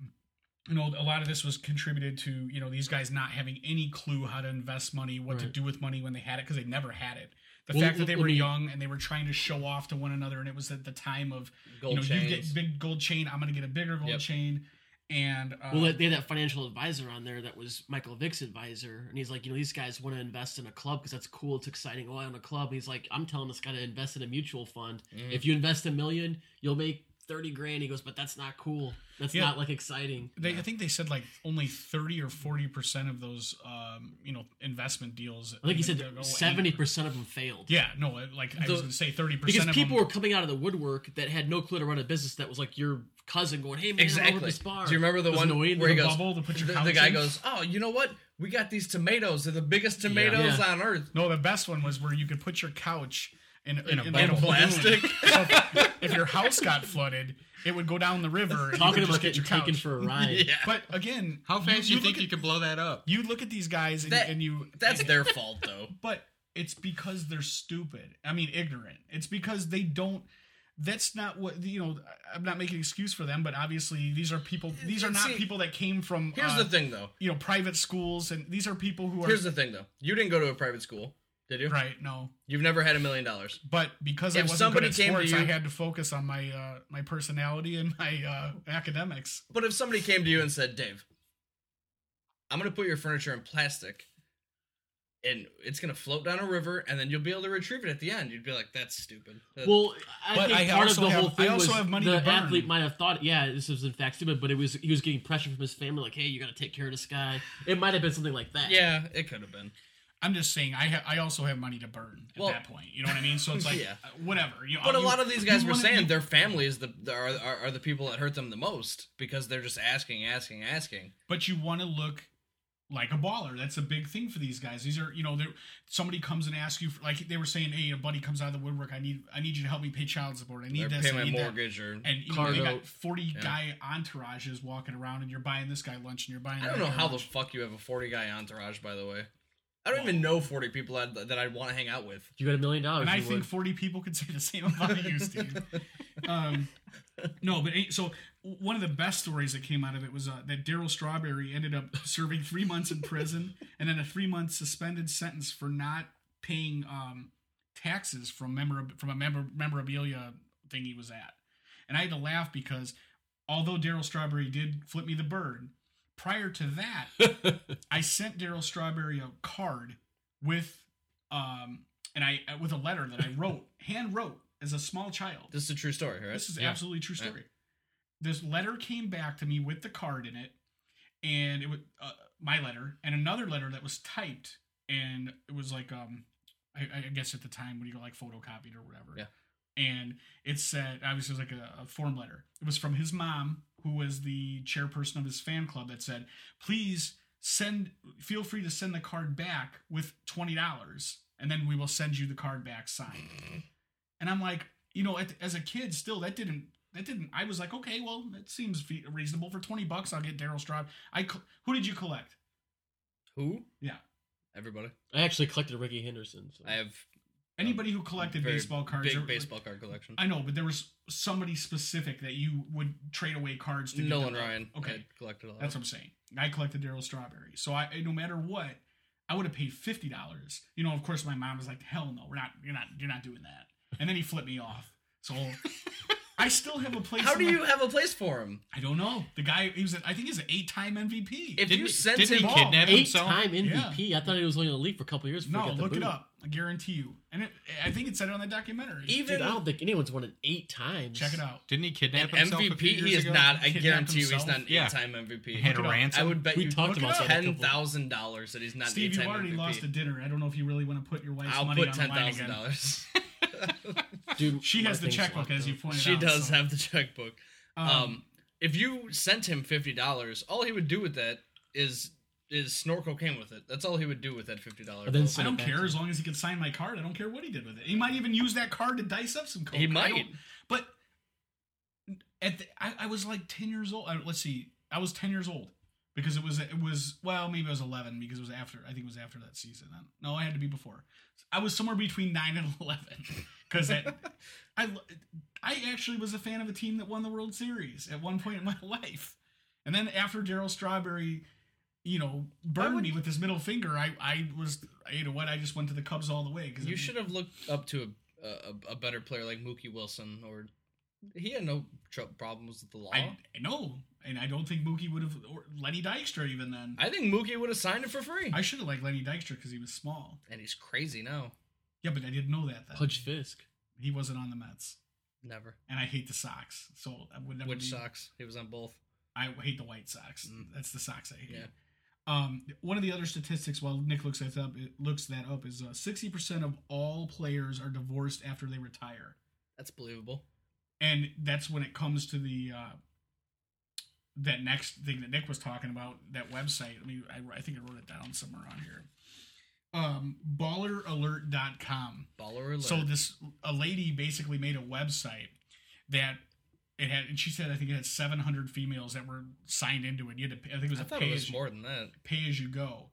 S1: you know, a lot of this was contributed to you know these guys not having any clue how to invest money, what to
S3: Right.
S1: do with money when they had it because they never had it. The
S3: Well,
S1: fact that they
S3: let
S1: were
S3: me-
S1: young and they were trying to show off to one another, and it was at the time of
S2: Gold
S1: you know you
S2: chains.
S1: get big gold chain, I'm gonna get a bigger gold
S2: Yep.
S1: chain, and uh,
S3: Well, they had that financial advisor on there that was Michael Vick's advisor, and he's like, you know, these guys want to invest in a club because that's cool, it's exciting. Oh, I own a club. And he's like, I'm telling this guy to invest in a mutual fund.
S2: Mm.
S3: If you invest a million, you'll make thirty grand. He goes, but that's not cool. That's
S1: Yeah.
S3: not like exciting.
S1: They, I think they said like only thirty or forty percent of those, um, you know, investment deals.
S3: I think he
S1: even
S3: said
S1: go
S3: seventy
S1: anywhere.
S3: percent of them failed.
S1: Yeah, no, it- like I
S3: The-
S1: was gonna say thirty percent
S3: Because
S1: of
S3: people
S1: them,
S3: were coming out of the woodwork that had no clue to run a business that was like your cousin going, "Hey man, I'm over
S2: Exactly.
S3: at this bar."
S2: Do you remember the
S3: There's
S2: one
S3: no way in
S2: where he
S3: the
S2: goes?
S1: bubble to put your
S2: the,
S1: house
S2: the guy
S1: in?
S2: goes, "Oh, you know what? We got these tomatoes. They're the biggest tomatoes
S3: Yeah.
S2: on earth."
S1: No, the best one was where you could put your couch in, in,
S4: a
S1: in
S2: In
S1: like a
S2: plastic.
S1: balloon. So if, if your house got flooded, it would go down the river. And you
S3: talking
S1: could
S3: about
S1: just get
S3: getting
S1: your couch.
S3: taken for a ride.
S2: yeah.
S1: But again,
S4: How fast you,
S1: look
S4: think
S1: at-
S4: you could blow that up?
S1: you look at these guys and,
S2: That-
S1: and you
S2: That's
S1: and-
S2: their fault though.
S1: But it's because they're stupid. I mean, ignorant. It's because they don't. That's not what you know. I- I'm not making an excuse for them, but obviously these are people. These are not
S2: See,
S1: people that came from
S2: Here's
S1: uh,
S2: the thing though.
S1: you know private schools, and these are people who are
S2: Here's the thing though. You didn't go to a private school, did you?
S1: right. No,
S2: You've never had a million dollars.
S1: But because I
S2: If
S1: wasn't
S2: somebody
S1: good at
S2: came to
S1: sports, I
S2: you-
S1: had to focus on my uh, my personality and my uh, academics.
S2: But if somebody came to you and said, "Dave, I'm gonna put your furniture in plastic." And it's gonna float down a river, and then you'll be able to retrieve it at the end. You'd be like, "That's stupid." That-
S3: Well, I
S1: But
S3: think
S1: I
S3: part of
S1: also
S3: the
S1: have-
S3: whole
S1: I
S3: thing
S1: also
S3: was
S1: have money to
S3: the
S1: burn.
S3: athlete might have thought, yeah, this was in fact stupid, but it was he was getting pressure from his family, like, hey, you got to take care of this guy. It might have been something like that.
S2: yeah, it could have been.
S1: I'm just saying, I ha- I also have money to burn at
S2: Well-
S1: that point. You know what I mean? So it's like
S2: Yeah.
S1: uh, whatever. You know,
S2: But a
S1: you-
S2: lot of these guys
S1: you
S2: were
S1: wanna-
S2: saying
S1: you-
S2: their family is the are, are are the people that hurt them the most because they're just asking, asking, asking.
S1: but you want to look like a baller. That's a big thing for these guys. These are you know, they're- somebody comes and asks you for, like they were saying, hey, a buddy comes out of the woodwork. I need I need you to help me pay child support. I
S2: They're
S1: need this.
S2: paying
S1: I
S2: my
S1: need that."
S2: mortgage or
S1: And you know,
S3: Car
S1: they got
S3: note.
S1: forty
S2: Yeah.
S1: guy entourages walking around, and you're buying this guy lunch, and you're buying.
S2: I
S1: that
S2: don't know
S1: guy
S2: how the
S1: lunch.
S2: fuck you have a forty guy entourage. By the way, I don't even know forty people I'd, that I'd want to hang out with.
S3: If you got a million dollars,
S1: and I
S3: you
S1: think
S3: would.
S1: forty people could say the same about you, Steve. um, no, but eh, so one of the best stories that came out of it was uh, that Daryl Strawberry ended up serving three months in prison and then a three month suspended sentence for not paying um, taxes from memorab- from a memor- memorabilia thing he was at. And I had to laugh because although Daryl Strawberry did flip me the bird, prior to that, I sent Daryl Strawberry a card with um and I with a letter that I wrote, hand wrote as a small child.
S2: This is a true story, right?
S1: This is
S3: Yeah.
S1: absolutely true story. This letter came back to me with the card in it, and it was uh, my letter and another letter that was typed, and it was like um, I, I guess at the time when you go like photocopied or whatever.
S2: Yeah.
S1: And it said obviously it was like a, a form letter. It was from his mom, who was the chairperson of his fan club, that said, "Please send. Feel free to send the card back with twenty dollars, and then we will send you the card back signed." And I'm like, you know, at, as a kid, still that didn't that didn't. I was like, okay, well, that seems fe- reasonable for twenty bucks. I'll get Daryl Straub. I co- who did you collect?
S2: Who?
S1: Yeah.
S2: Everybody.
S3: I actually collected Ricky Henderson. So.
S2: I have
S1: Anybody who collected
S2: Very
S1: baseball cards,
S2: big
S1: or-
S2: baseball card collection.
S1: I know, but there was somebody specific that you would trade away cards to. get
S2: Nolan
S1: them.
S2: Ryan.
S1: Okay,
S2: had collected a lot.
S1: that's what I'm saying. I collected Daryl Strawberry, so I no matter what, I would have paid fifty dollars. You know, of course, my mom was like, "Hell no, we're not. You're not. You're not doing that." And then he flipped me off. So I still have a place.
S2: How
S1: in
S2: do
S1: my-
S2: you have a place for him?
S1: I don't know. The guy, he was. An, I think he's an eight-time MVP.
S2: If
S4: Didn't
S2: you
S4: he-
S2: sent
S4: didn't he
S2: him
S1: ball-
S4: kidnap
S3: Eight
S4: himself?
S3: time MVP. I thought he was only in the league for a couple years. before he
S1: no,
S3: got the
S1: look it
S3: boot.
S1: up. I guarantee you. And it, I think it said it on that documentary.
S2: even
S3: Dude, I don't think anyone's won it eight times.
S1: Check it out.
S4: Didn't he
S2: an
S4: kidnap himself? a
S2: MVP,
S4: few
S2: he
S4: years
S2: is
S4: ago?
S2: not. I
S1: Kidnapped
S2: guarantee you, he's
S1: himself?
S2: not an
S4: Yeah.
S2: eight-time MVP.
S4: Had a
S1: Look it up.
S4: ransom.
S2: I would bet
S3: We
S2: you
S3: talked
S1: look
S3: about
S1: it up.
S3: that. a
S2: ten
S3: couple-
S2: thousand dollars that he's not
S1: Steve,
S2: an
S1: you
S2: eight-time
S1: already
S2: MVP.
S1: lost a dinner. I don't know if you really want to put your wife's
S2: I'll
S1: money
S2: put
S1: on
S2: ten
S1: the line
S2: thousand
S1: again.
S2: dollars.
S3: Dude,
S1: She
S3: my
S1: has the
S3: thing's
S1: checkbook,
S3: locked
S1: as
S3: up.
S1: you pointed
S2: she
S1: out.
S2: does
S1: so,
S2: have the checkbook.
S1: um,
S2: um, if you sent him fifty dollars, all he would do with that is is snort cocaine with it. That's all he would do with that fifty dollars.
S3: And then
S1: I
S3: send it
S1: don't
S3: back
S1: care
S3: to
S1: as
S3: him.
S1: long as he could sign my card. I don't care what he did with it. He might even use that card to dice up some coke.
S2: He
S1: I
S2: might.
S1: don't- But at the, I, I was like ten years old. I, let's see, I was ten years old because it was it was well maybe I was eleven because it was after I think it was after that season. I- No, I had to be before. I was somewhere between nine and eleven because that I lo- I actually was a fan of a team that won the World Series at one point in my life, and then after Daryl Strawberry. You know, burned me with his middle finger. I, I was, you know what? I just went to the Cubs all the way because
S2: You should have looked up to a, a a better player like Mookie Wilson, or he had no tr- problems with the law.
S1: I,
S2: I,
S1: I know, and I don't think Mookie would have or Lenny Dykstra even then. I,
S2: think Mookie would have signed it for free.
S1: should have liked Lenny Dykstra because he was small.
S2: and he's crazy now.
S1: Yeah, but I didn't know that then.
S3: Pudge Fisk.
S1: He wasn't on the Mets,
S2: Never.
S1: and I hate the Sox. So I would never.
S2: Which
S1: be-
S2: sucks. He was on both.
S1: I hate the White Sox.
S2: Mm.
S1: That's the Sox I hate.
S2: Yeah.
S1: Um, one of the other statistics, while Nick looks that up, it looks that up is uh, sixty percent of all players are divorced after they retire,
S2: That's believable.
S1: and that's when it comes to the uh, that next thing that Nick was talking about. That website. I mean, I, I think I wrote it down somewhere on here. Um, BallerAlert.com.
S2: Baller alert.
S1: So this a lady basically made a website that it had, and she said I think it had 700 females that were signed into it. You had to, pay- I think it was
S2: I
S1: a
S2: thought
S1: pay
S2: it was
S1: as-
S2: more than that.
S1: pay as you go,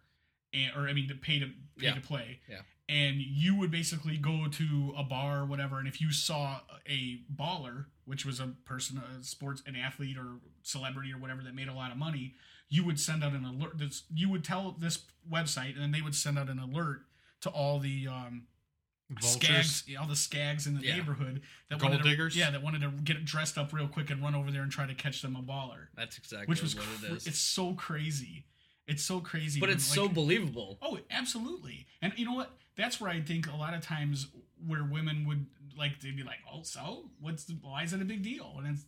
S1: and, or I mean to pay to pay
S2: Yeah.
S1: to play.
S2: Yeah.
S1: And you would basically go to a bar or whatever, and if you saw a baller, which was a person, a sports, an athlete or celebrity or whatever that made a lot of money, you would send out an alert. This, you would tell this website, and then they would send out an alert to all the um,
S4: Vultures.
S1: scags, yeah, all the scags in the
S2: Yeah.
S1: neighborhood that
S4: Gold
S1: wanted to,
S4: diggers?
S1: yeah, that wanted to get dressed up real quick and run over there and try to catch them a baller,
S2: That's exactly
S1: which was
S2: what
S1: cr-
S2: it is.
S1: it's so crazy, it's so crazy,
S2: but
S1: when,
S2: it's
S1: like-
S2: so believable.
S1: oh, absolutely, and you know what? That's where I think a lot of times where women would like they'd be like, oh, so what's the, why is it a big deal? And it's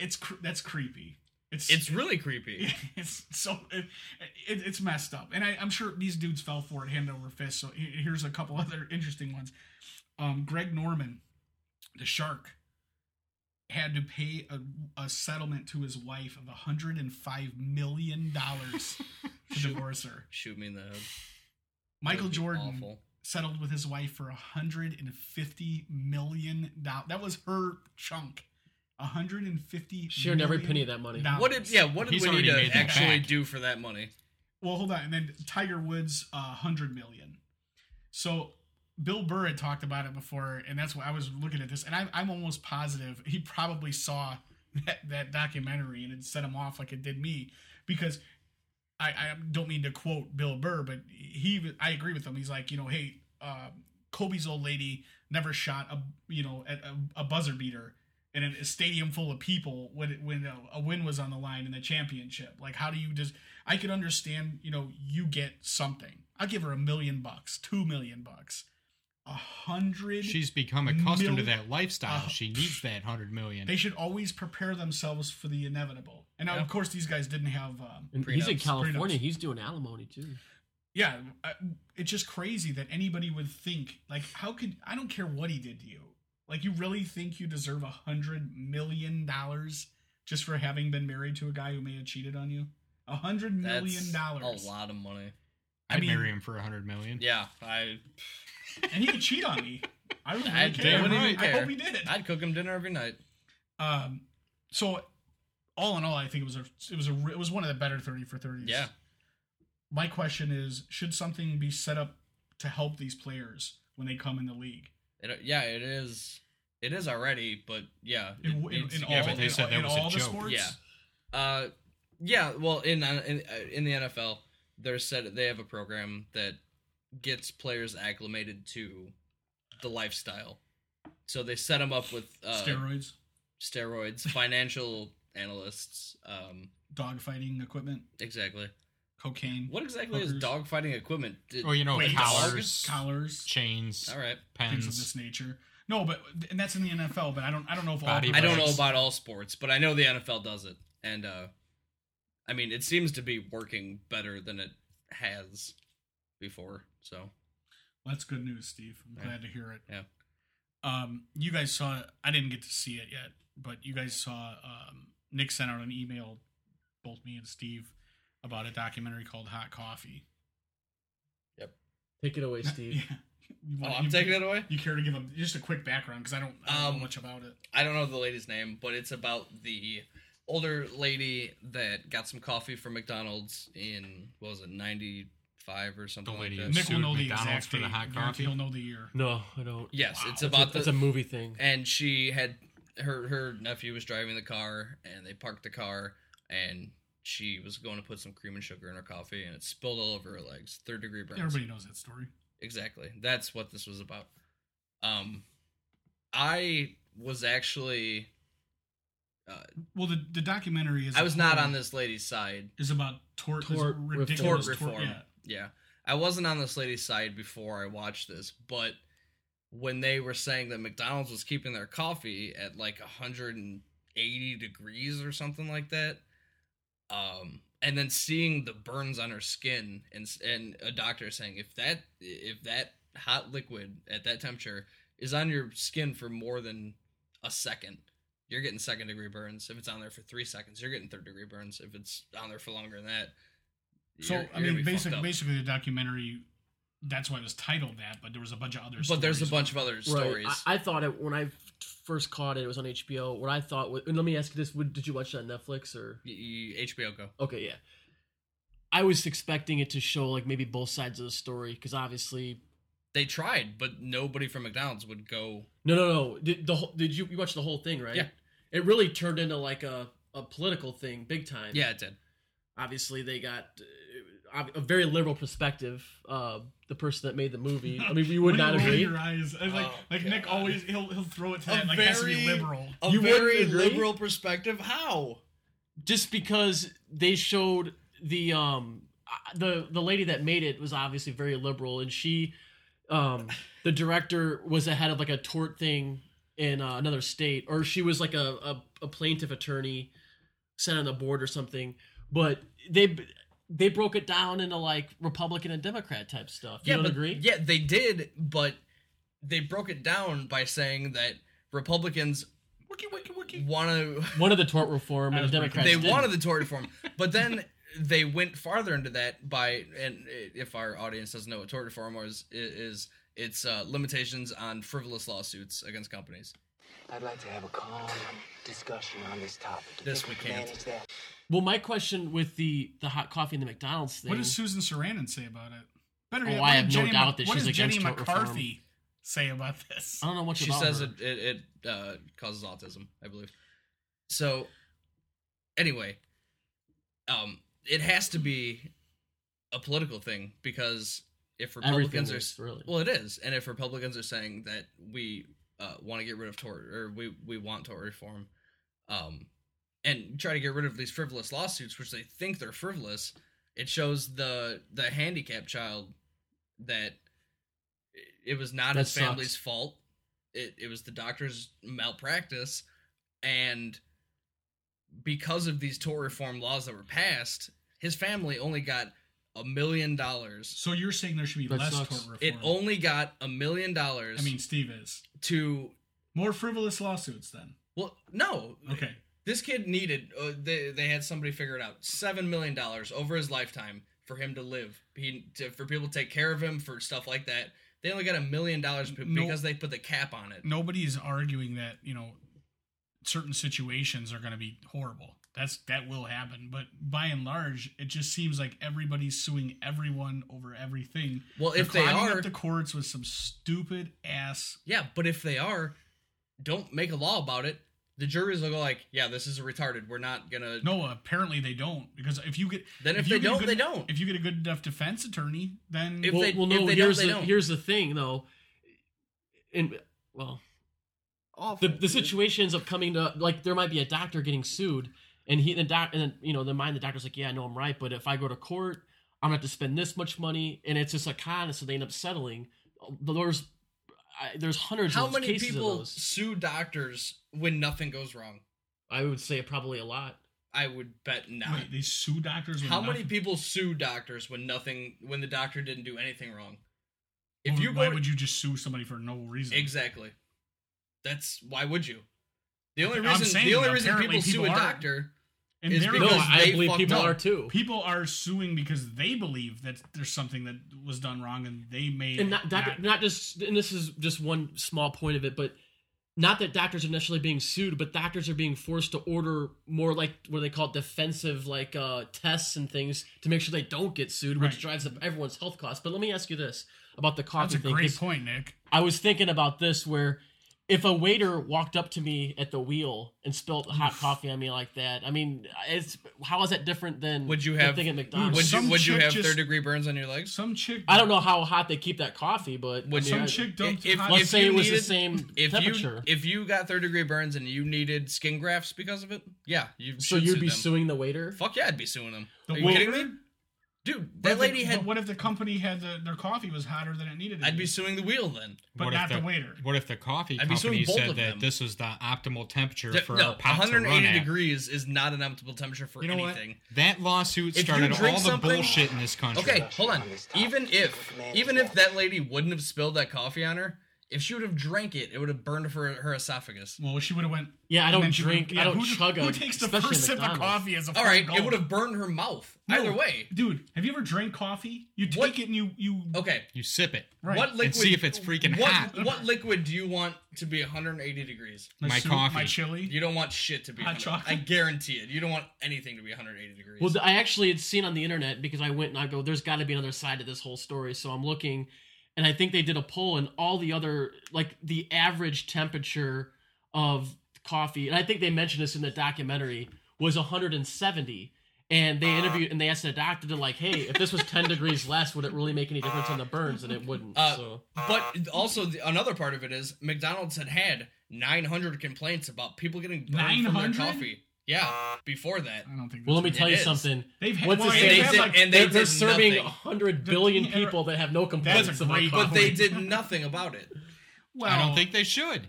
S1: it's cr- that's creepy. It's
S2: It's really creepy.
S1: it's so it, it, it's messed up and I, i'm sure these dudes fell for it hand over fist so he- here's a couple other interesting ones um, greg norman the shark had to pay a, a settlement to his wife of 105 million dollars to divorce her
S2: Shoot me in the head.
S1: michael
S2: That'd be
S1: jordan
S2: Awful.
S1: settled with his wife for 150 million dollars that was her chunk 150
S3: She earned every
S1: million
S3: penny of that money.
S1: dollars.
S2: What did yeah? What did
S4: He's
S2: we need
S4: already
S2: to
S4: made that
S2: actually
S4: back.
S2: do for that money?
S1: Well, hold on. And then Tiger Woods, uh, 100 million. So Bill Burr had talked about it before, and that's why I was looking at this. And I, I'm almost positive he probably saw that, that documentary and it set him off like it did me because I, I don't mean to quote Bill Burr, but he I agree with him. He's like, you know, hey, uh, Kobe's old lady never shot a you know at a, a buzzer beater in a stadium full of people when it, when a, a win was on the line in the championship. Like, how do you just? I could understand, you know, you get something. I'll give her a million bucks, two million bucks, a hundred.
S4: She's become accustomed to
S1: Mil-
S4: that lifestyle.
S2: Uh,
S1: Oh.
S4: she needs that hundred million.
S1: They should always prepare themselves for the inevitable. And now,
S2: Yeah.
S1: of course, these guys didn't have. Um,
S3: And he's in
S2: Prenups,
S3: California.
S1: prenups.
S3: He's doing alimony too.
S1: yeah, I, it's just crazy that anybody would think like, how could I don't care what he did to you. Like, you really think you deserve a hundred million dollars just for having been married to a guy who may have cheated on you? A hundred million
S2: That's
S1: dollars.
S2: A lot of money.
S1: I
S4: I'd
S1: mean-
S4: marry him for a hundred million.
S2: Yeah, I
S1: and he could cheat on me. I don't really
S2: I'd
S1: care.
S4: damn
S1: I
S4: right
S1: hope
S2: care.
S1: he did.
S2: I'd cook him dinner every night.
S1: Um, so all in all, I think it was a it was a re- it was one of the better thirty for thirties.
S2: Yeah.
S1: My question is, should something be set up to help these players, when they come in the league.
S2: It, yeah, it is. It is already, but yeah,
S1: In,
S2: it-
S1: in,
S2: it's-
S1: in
S4: yeah,
S1: all,
S4: but they
S1: in,
S4: said
S1: all-
S4: that
S1: in
S4: was a
S1: all the
S4: joke.
S1: sports.
S2: Yeah. Uh, yeah. Well, in uh, in uh, in the NFL, they're said they have a program that gets players acclimated to the lifestyle. So they set them up with uh,
S1: steroids,
S2: steroids, financial analysts. Um,
S1: dogfighting equipment,
S2: exactly.
S1: cocaine,
S2: What exactly is
S1: Hookers.
S2: dogfighting equipment? Did-
S4: Oh, you know,
S1: weights,
S4: collars,
S1: collars,
S4: chains,
S2: All right.
S1: things of this
S4: pens.
S1: nature. No, but and that's in the NFL. But I don't I don't know if all
S4: Body
S2: I don't know
S4: bags.
S2: about all sports, but I know the NFL does it, and uh, I mean, it seems to be working better than it has before. So
S1: Well, that's good news, Steve. I'm
S2: Yeah.
S1: glad to hear it.
S2: Yeah.
S1: Um, you guys saw. I didn't get to see it yet, but you guys saw. Um, Nick sent out an email, both me and Steve, about a documentary called Hot Coffee.
S3: Take it away, Steve.
S1: Yeah. You
S2: oh,
S1: wanna-
S2: I'm
S1: you-
S2: taking it away.
S1: You care to give a, just a quick background because I don't, I don't
S2: Um,
S1: know much about it.
S2: I don't know the lady's name, but it's about the older lady that got some coffee from McDonald's in what was it, ninety five or something
S4: The
S2: like
S4: lady
S2: that.
S4: in
S1: Nick will
S4: sued
S1: know the
S4: McDonald's
S1: exact
S4: for the
S1: date.
S4: hot
S1: Guarantee He'll
S4: coffee?
S1: know the year.
S3: No, I don't.
S2: Yes, it's
S3: That's
S2: about
S3: a, that's
S2: the
S3: a movie thing.
S2: and she had her her nephew was driving the car and they parked the car and she was going to put some cream and sugar in her coffee and it spilled all over her legs, third degree burns.
S1: Everybody knows that story.
S2: Exactly. That's what this was about. Um, I was actually
S1: Well, the, the documentary is.
S2: I was not on this lady's side.
S1: Is about tort, is
S3: Tort
S1: ridiculous
S2: tort
S1: tort
S2: reform.
S1: yeah.
S2: yeah. I wasn't on this lady's side before I watched this, but when they were saying that McDonald's was keeping their coffee at like 180 degrees or something like that, um, and then seeing the burns on her skin and and a doctor saying if that if that hot liquid at that temperature is on your skin for more than a second, you're getting second degree burns. If it's on there for three seconds, you're getting third degree burns. If it's on there for longer than that,
S1: So
S2: you're- you're
S1: I
S2: gonna be
S1: mean,
S2: fucked
S1: basically,
S2: up.
S1: basically, the documentary. That's why it was titled that, but there was a bunch of other.
S2: But there's a
S1: stories.
S2: bunch of other stories.
S3: Right. I, I thought it when I first caught it. It was on HBO. What I thought was, and let me ask you this: would, Did you watch that on Netflix or?
S2: Y- y- HBO Go.
S3: Okay, yeah. I was expecting it to show like maybe both sides of the story because obviously,
S2: They tried, but nobody from McDonald's would go.
S3: no, no, no. Did the whole, did you you watch the whole thing right?
S2: Yeah.
S3: It really turned into like a a political thing, big time.
S2: Yeah, it did.
S3: Obviously, they got uh, ob- a very liberal perspective. Uh, the person that made the movie. I mean, we
S1: When
S3: would
S1: you
S3: not
S1: roll
S3: agree.
S1: Your eyes, I was like,
S2: Oh,
S1: like Nick
S2: God.
S1: always, he'll he'll throw it to
S2: A
S1: that like has to be
S2: very-
S1: liberal.
S2: A
S3: You wouldn't
S2: very
S3: agree?
S2: liberal perspective. How?
S3: just because they showed the um uh, the the lady that made it was obviously very liberal and she um the director was ahead of like a tort thing in uh, another state or she was like a, a a plaintiff attorney sent on the board or something but they they broke it down into like republican and democrat type stuff you
S2: yeah,
S3: don't
S2: but,
S3: agree
S2: Yeah, they did, but they broke it down by saying that Republicans
S1: Wiki, wiki, wiki.
S2: want to.
S3: one of the tort reform
S1: I
S3: and the
S1: was breaking
S3: democrats
S2: they
S3: didn't.
S2: wanted the Tory reform, but then they went farther into that by and if our audience doesn't know what Tory reform was, i- is it's uh, limitations on frivolous lawsuits against companies.
S5: I'd like to have a calm discussion on this topic. Do you
S2: This
S5: think
S2: we
S5: could
S2: can't.
S5: Manage that?
S3: well my question with the the hot coffee and the mcdonald's thing
S1: What does Susan Sarandon say about it? Better
S3: Oh,
S1: yet,
S3: I
S1: what did
S3: have no
S1: Jenny
S3: doubt
S1: Mc-
S3: that
S1: what
S3: she's
S1: does Jenny
S3: against tort reform.
S1: McCarthy say about this?
S3: i don't know what
S2: she says it it, it uh, causes autism, I believe. So, anyway, um, it has to be a political thing because if Republicans are
S3: is, really.
S2: well, it is, and if Republicans are saying that we uh, want to get rid of tort or we we want tort reform, um, and try to get rid of these frivolous lawsuits, which they think they're frivolous, it shows the the handicapped child that it was not
S3: That
S2: his family's
S3: sucks.
S2: fault. It it was the doctor's malpractice, and because of these tort reform laws that were passed, his family only got a million dollars.
S1: So you're saying there should be
S3: That
S1: less
S3: sucks.
S1: tort reform?
S2: It only got a million dollars
S1: I mean, Steve is
S2: to
S1: more frivolous lawsuits then.
S2: well, no.
S1: Okay,
S2: This kid needed uh, they they had somebody figure it out. 7 million dollars over his lifetime for him to live. He to, for people to take care of him for stuff like that. They only got a million dollars be-
S1: No.
S2: because they put the cap on it.
S1: nobody's arguing that you know certain situations are going to be horrible. that's that will happen. But by and large, it just seems like everybody's suing everyone over everything.
S2: Well, if
S1: They're
S2: they
S1: climbing
S2: are-
S1: up the courts with some stupid ass.
S2: Yeah, but if they are, don't make a law about it. The juries will go like, "Yeah, this is retarded. We're not gonna."
S1: No, apparently they don't because if you get
S2: Then if
S1: you
S2: they
S1: get a
S2: don't,
S1: good-
S2: they don't.
S1: If you get a good enough defense attorney, then
S2: If
S3: well,
S2: they-
S3: well, no.
S2: if they don't,
S3: here's
S2: they
S3: the
S2: don't.
S3: here's the thing, though. And well, the the situation ends up coming to like there might be a doctor getting sued, and he the doc and then, you know in the mind the doctor's like, yeah, I know I'm right, but if I go to court, I'm gonna have to spend this much money, and it's just a con, and so they end up settling. There's I, there's hundreds.
S2: How
S3: of those
S2: many
S3: cases of
S2: people
S3: those.
S2: sue doctors when nothing goes wrong?
S3: I would say probably a lot.
S2: I would bet not.
S1: wait, they sue doctors. With
S2: How many
S1: nothing?
S2: people sue doctors when nothing when the doctor didn't do anything wrong? If
S1: Well,
S2: you
S1: why
S2: go
S1: would you just sue somebody for no reason?
S2: exactly, that's why would you? The only
S1: I'm
S2: reason
S1: saying
S2: the only reason
S1: apparently
S2: people, sue a
S1: people are.
S2: doctor
S1: And
S2: It's
S1: there
S2: Because
S3: no,
S1: goes-
S3: I
S2: they
S3: believe
S2: fucked
S3: people
S2: up.
S3: are too.
S1: people are suing because they believe that there's something that was done wrong and they made
S3: and not, doc-
S1: not-
S3: not just and this is just one small point of it but not that doctors are necessarily being sued but doctors are being forced to order more like what they call defensive like uh tests and things to make sure they don't get sued which
S1: Right.
S3: drives up everyone's health costs but let me ask you this about the
S1: that's
S3: coffee
S1: a
S3: thing
S1: great
S3: 'cause
S1: point nick
S3: i was thinking about this where if a waiter walked up to me at the wheel and spilled hot coffee on me like that i mean it's how is that different than
S2: Would you
S3: the
S2: have-
S3: thing at mcdonald's
S2: would
S1: Some
S2: you would you
S1: chick
S2: have
S1: just-
S2: third degree burns on your legs?
S1: some chick
S3: i don't know how hot they keep that coffee but I
S2: Would
S3: mean,
S1: some
S3: I-
S1: chick dumped
S2: if-
S1: hot-
S3: let's
S2: if
S3: say
S2: you
S3: it was
S2: needed-
S3: the same
S2: If
S3: temperature.
S2: you if you got third degree burns and you needed skin grafts because of it, yeah, you
S3: so
S2: should
S3: you'd
S2: sue
S3: be
S2: them.
S3: suing the waiter.
S2: Fuck yeah, I'd be suing them.
S1: The
S2: Are you
S1: waiter-
S2: kidding me, dude?
S1: What
S2: That
S1: if
S2: lady
S1: the,
S2: had.
S1: but what if the company had the, their coffee was hotter than it needed to
S2: I'd be suing the wheel then.
S1: but
S4: What if
S1: not the, waiter
S4: What if the coffee
S2: I'd be suing
S4: company
S2: both
S4: said
S2: of
S4: that
S2: them.
S4: this was the optimal temperature
S2: Th-
S4: for
S2: no,
S4: our pot to
S2: 180
S4: run at?
S2: degrees is not an optimal temperature for
S4: You know
S2: anything.
S4: what? That lawsuit
S2: If you
S4: started
S2: drink
S4: all the
S2: something-
S4: bullshit in this country.
S2: Okay, hold on. Even if even if that lady wouldn't have spilled that coffee on her, if she would have drank it, it would have burned her her esophagus.
S1: well she would have went
S3: Yeah, I
S1: and
S3: don't
S1: then she
S3: drink.
S1: would've- yeah,
S3: I don't
S1: who,
S3: chug.
S1: who
S3: a-
S1: takes the
S3: especially
S1: first sip of
S3: McDonald's.
S1: coffee as a
S2: All right,
S1: fucking
S2: it would
S1: goal?
S2: have burned her mouth.
S1: No.
S2: Either way.
S1: dude have you ever drank coffee you take
S2: What-
S1: it and you you
S2: Okay.
S4: You sip it.
S1: right
S2: What liquid?
S4: see if it's freaking
S2: what,
S4: hot.
S2: What liquid do you want to be 180 degrees?
S1: my,
S4: my
S1: soup,
S4: coffee.
S1: my chili
S2: You don't want shit to be.
S1: Hot
S2: 100.
S1: chocolate?
S2: I guarantee it. You don't want anything to be 180 degrees.
S3: Well, th- I actually had seen on the internet because I went and I go, there's got to be another side to this whole story. So I'm looking, and I think they did a poll, and all the other, like the average temperature of coffee, and I think they mentioned this in the documentary, was 170. And
S2: Uh.
S3: they interviewed and they asked the doctor to like, hey, if this was 10 degrees less, would it really make any difference on the burns? And it wouldn't.
S2: Uh,
S3: so
S2: but also the, another part of it is McDonald's had had 900 complaints about people getting burned from their
S1: 900?
S2: coffee. Yeah, before that.
S1: i don't think
S3: Well, let
S1: that's right.
S3: me tell you
S2: is.
S3: something.
S1: They've had-
S3: What's
S1: well,
S3: his
S1: and
S3: name?
S1: they did-
S3: like,
S2: and they
S3: they're, they're
S2: did
S3: serving
S2: nothing.
S3: 100 billion
S1: Yeah, right.
S3: people that have no complaints.
S1: That's a
S3: about
S1: great-
S3: coffee.
S2: But they did nothing about it.
S1: well
S4: I don't think they should.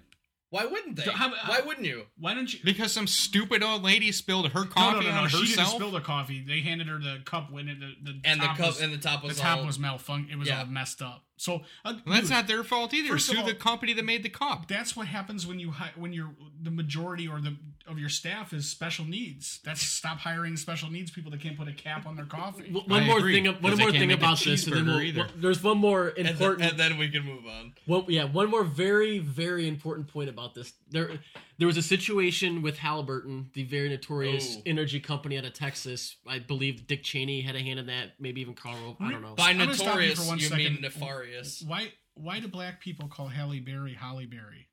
S2: Why wouldn't they?
S1: So how- uh,
S2: Why wouldn't you?
S1: why don't you
S4: Because some stupid old lady spilled her
S1: no,
S4: coffee
S1: no, no, no.
S4: on
S1: She didn't
S4: herself.
S1: spill the coffee. They handed her the cup when it, the, the
S2: And the
S1: top
S2: cup
S1: was-
S2: and the top was
S1: the top
S2: all-
S1: was malfunction. It was
S2: Yeah.
S1: all messed up. So uh,
S4: Well, that's
S1: dude,
S4: not their fault either.
S1: First of
S4: Sue
S1: all-
S4: the company that made the cup.
S1: That's what happens when you hi- when you're the majority or the of your staff is special needs. That's stop hiring special needs people that can't put a cap on their coffee.
S3: W- One
S4: I
S3: more
S4: agree,
S3: thing. One
S4: 'cause they
S3: more
S4: can't
S3: thing
S4: make a
S3: about this, and then
S4: cheeseburger
S3: we'll,
S4: either.
S3: well, there's one more
S2: And, th-
S3: important.
S2: and then we can move on.
S3: Well, yeah, one more very, very important point about this. There, there was a situation with Halliburton, the very notorious
S2: Oh.
S3: energy company out of Texas. I believe Dick Cheney had a hand in that. Maybe even Karl Rove. I don't know.
S2: By
S1: I'm gonna stop you for
S2: notorious,
S1: one
S2: you mean
S1: second.
S2: nefarious.
S1: Why why do black people call Halle Berry Holly Berry?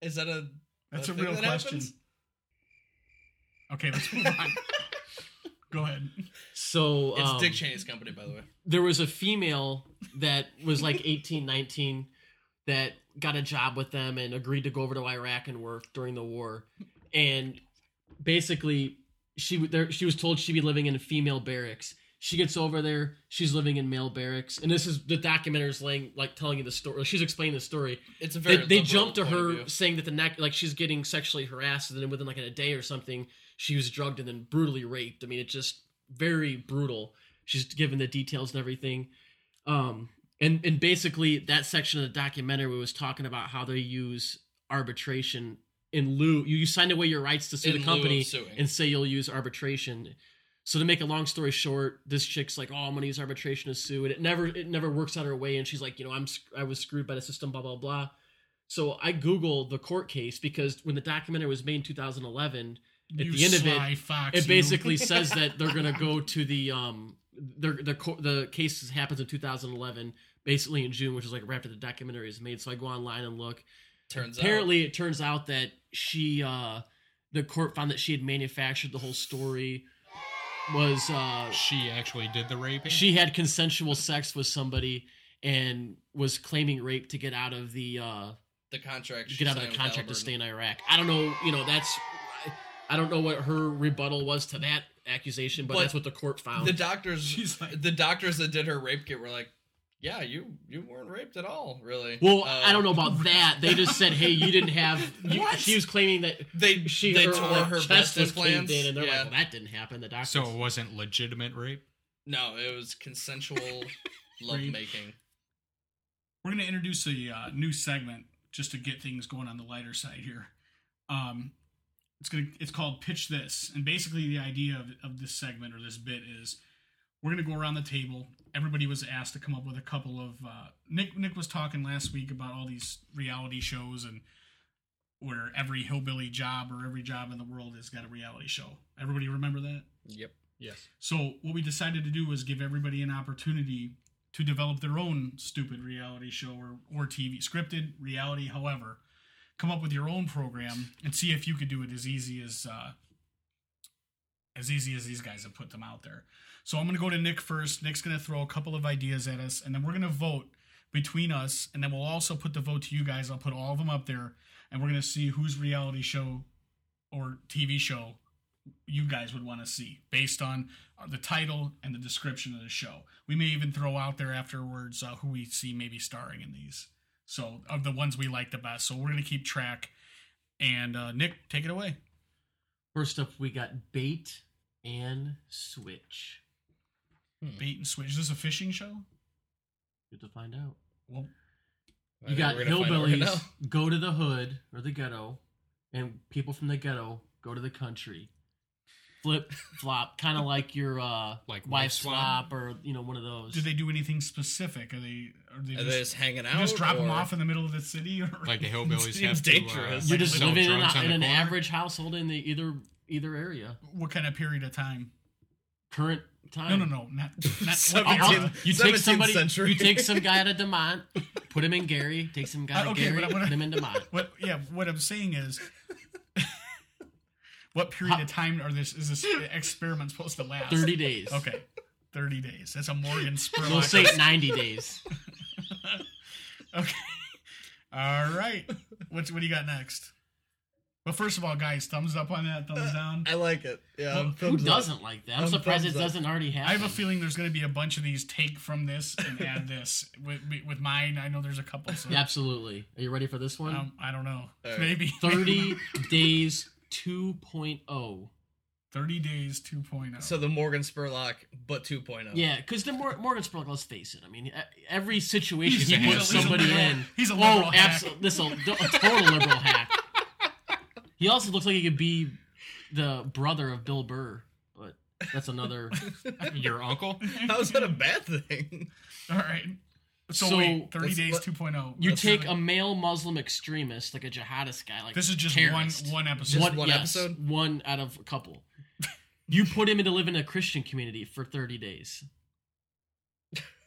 S2: Is that a
S1: That's
S2: a
S1: a
S2: thing
S1: real
S2: that
S1: question.
S2: happens?
S1: Okay, let's move on. Go ahead.
S3: So
S2: It's
S3: um,
S2: Dick Cheney's company, by the way.
S3: there was a female that was like 18 19 that got a job with them and agreed to go over to iraq and work during the war and basically she w- there, she was told she'd be living in female barracks she gets over there she's living in male barracks and this is the documentary is laying like telling you the story she's explaining the story
S2: It's a very.
S3: they, they
S2: liberal
S3: jumped to
S2: point of
S3: her
S2: view.
S3: saying that the neck like she's getting sexually harassed and then within like a day or something she was drugged and then brutally raped i mean it's just very brutal she's given the details and everything um and and basically that section of the documentary was talking about how they use arbitration in lieu you, you sign away your rights to sue
S2: In
S3: the
S2: lieu
S3: company
S2: of suing.
S3: and say you'll use arbitration so to make a long story short, this chick's like, "Oh, I'm gonna use arbitration to sue," and it never it never works out her way. And she's like, "You know, I'm sc- I was screwed by the system, blah blah blah." So I googled the court case because when the documentary was made in 2011, at
S1: You
S3: the end of it,
S1: sly fox,
S3: it
S1: you.
S3: basically says that they're gonna go to the um their the co- the case happens in 2011 basically in june which is like right after the documentary is made so i go online and look
S2: Turns
S3: apparently it turns out that she uh the court found that she had manufactured the whole story was uh
S4: She actually did the raping.
S3: she had consensual sex with somebody and was claiming rape to get out of the uh
S2: out the contract. she
S3: get out of
S2: signed
S3: the
S2: with
S3: contract
S2: Halliburton.
S3: to stay in Iraq. I don't know, you know, that's I don't know what her rebuttal was to that accusation, but,
S2: But
S3: that's what the court found.
S2: The doctors,
S1: She's like,
S2: the doctors that did her rape kit were like, "Yeah, you you weren't raped at all, really."
S3: well,
S2: Um,
S3: I don't know about that. They just said, "Hey, you didn't have." You,
S2: What?
S3: she was claiming that
S2: They
S3: she
S2: they
S3: her,
S2: tore
S3: like,
S2: her breast
S3: chest was caved
S2: implants.
S3: in, and they're
S2: yeah.
S3: like, "Well, that didn't happen." The doctor.
S4: so it wasn't legitimate rape.
S2: no, it was consensual lovemaking.
S1: we're going to introduce a uh, new segment just to get things going on the lighter side here. Um, it's gonna it's called Pitch This, and basically the idea of, of this segment or this bit is we're gonna go around the table. Everybody was asked to come up with a couple of uh, Nick. Nick was talking last week about all these reality shows and where every hillbilly job or every job in the world has got a reality show. Everybody remember that?
S2: Yep.
S4: Yes.
S1: So what we decided to do was give everybody an opportunity to develop their own stupid reality show or, or TV scripted reality, however, come up with your own program and see if you could do it as easy as uh, as easy as these guys have put them out there. So I'm gonna go to Nick first. Nick's gonna throw a couple of ideas at us, and then we're gonna vote between us, and then we'll also put the vote to you guys. I'll put all of them up there, and we're gonna see whose reality show or TV show you guys would want to see based on uh, the title and the description of the show. We may even throw out there afterwards uh, who we see maybe starring in these. So, of the ones we like the best. So, we're going to keep track. And uh, Nick, take it away.
S3: First up, we got bait and switch.
S1: Bait and switch. Is this a fishing show?
S3: Good to find out.
S1: Well,
S2: I
S3: You
S2: think
S3: got
S2: we're gonna find out right
S3: hillbillies
S2: now.
S3: go to the hood or the ghetto, and people from the ghetto go to the country. Flip flop, kind of like your uh,
S4: Like
S3: wife
S4: wife swap?
S3: swap or you know one of those.
S1: do they do anything specific? Are they are they
S2: Are they
S1: just,
S2: just hanging
S1: you
S2: out?
S1: just drop them
S2: or-
S1: off in the middle of the city? Or
S4: Like the hillbillies
S2: Seems
S4: have to, uh,
S2: dangerous.
S3: You're
S4: like,
S3: just
S4: sell
S3: living in,
S4: drugs
S3: a,
S4: on
S3: in
S4: the
S3: an
S4: corner?
S3: average household in the either either area.
S1: what kind of period of time?
S3: Current time.
S1: No, no, no, not not.
S2: Seventeen-
S1: uh,
S3: You take
S2: 17th
S3: somebody.
S2: century.
S3: You take some guy to Demont, put him in Gary. Take some guy to
S1: Okay,
S3: Gary,
S1: but I- what I-
S3: put him in Demont.
S1: What? Yeah. What I'm saying is, what period of time are this? Is this experiment supposed to last?
S3: Thirty days.
S1: Okay. 30 days. That's a Morgan Spurlock.
S3: We'll say ninety days.
S1: okay. All right. What's, what do you got next? Well, first of all, guys, thumbs up on that, thumbs down.
S2: I like it. Yeah.
S1: Well, who
S3: Who
S2: thumbs up.
S3: doesn't like that? I'm
S2: Um,
S3: surprised it
S2: thumbs up.
S3: doesn't already happen.
S1: I have a feeling there's going to be a bunch of these take from this and add this. With, with mine, I know there's a couple. So,
S3: Yeah, absolutely. Are you ready for this one?
S1: um, I don't know.
S2: All right.
S1: Maybe
S3: 30 days oh. 2.0.
S1: 30 days oh. 2.0.
S2: So the Morgan Spurlock, but oh. 2.0.
S3: Yeah, because the Mor- Morgan Spurlock, let's face it. I mean, e- every situation
S1: He's
S3: he
S1: a-
S3: puts
S1: he's a
S3: somebody
S1: liberal-
S3: in.
S1: he's a
S3: oh,
S1: liberal hack.
S3: absolutely. This a, a total liberal hack. He also looks like he could be the brother of Bill Burr, but that's another.
S4: Your uncle?
S2: How's that a bad thing?
S1: all right. So,
S3: So,
S1: wait, 30
S2: let's-
S1: days
S2: let-
S1: 2.0.
S3: You
S1: That's
S3: take
S1: really-
S3: a male Muslim extremist, like a jihadist guy, like
S1: This is just
S3: terrorist.
S1: one one episode.
S2: Just one episode?
S3: one out of a couple. You put him into live in a Christian community for 30 days.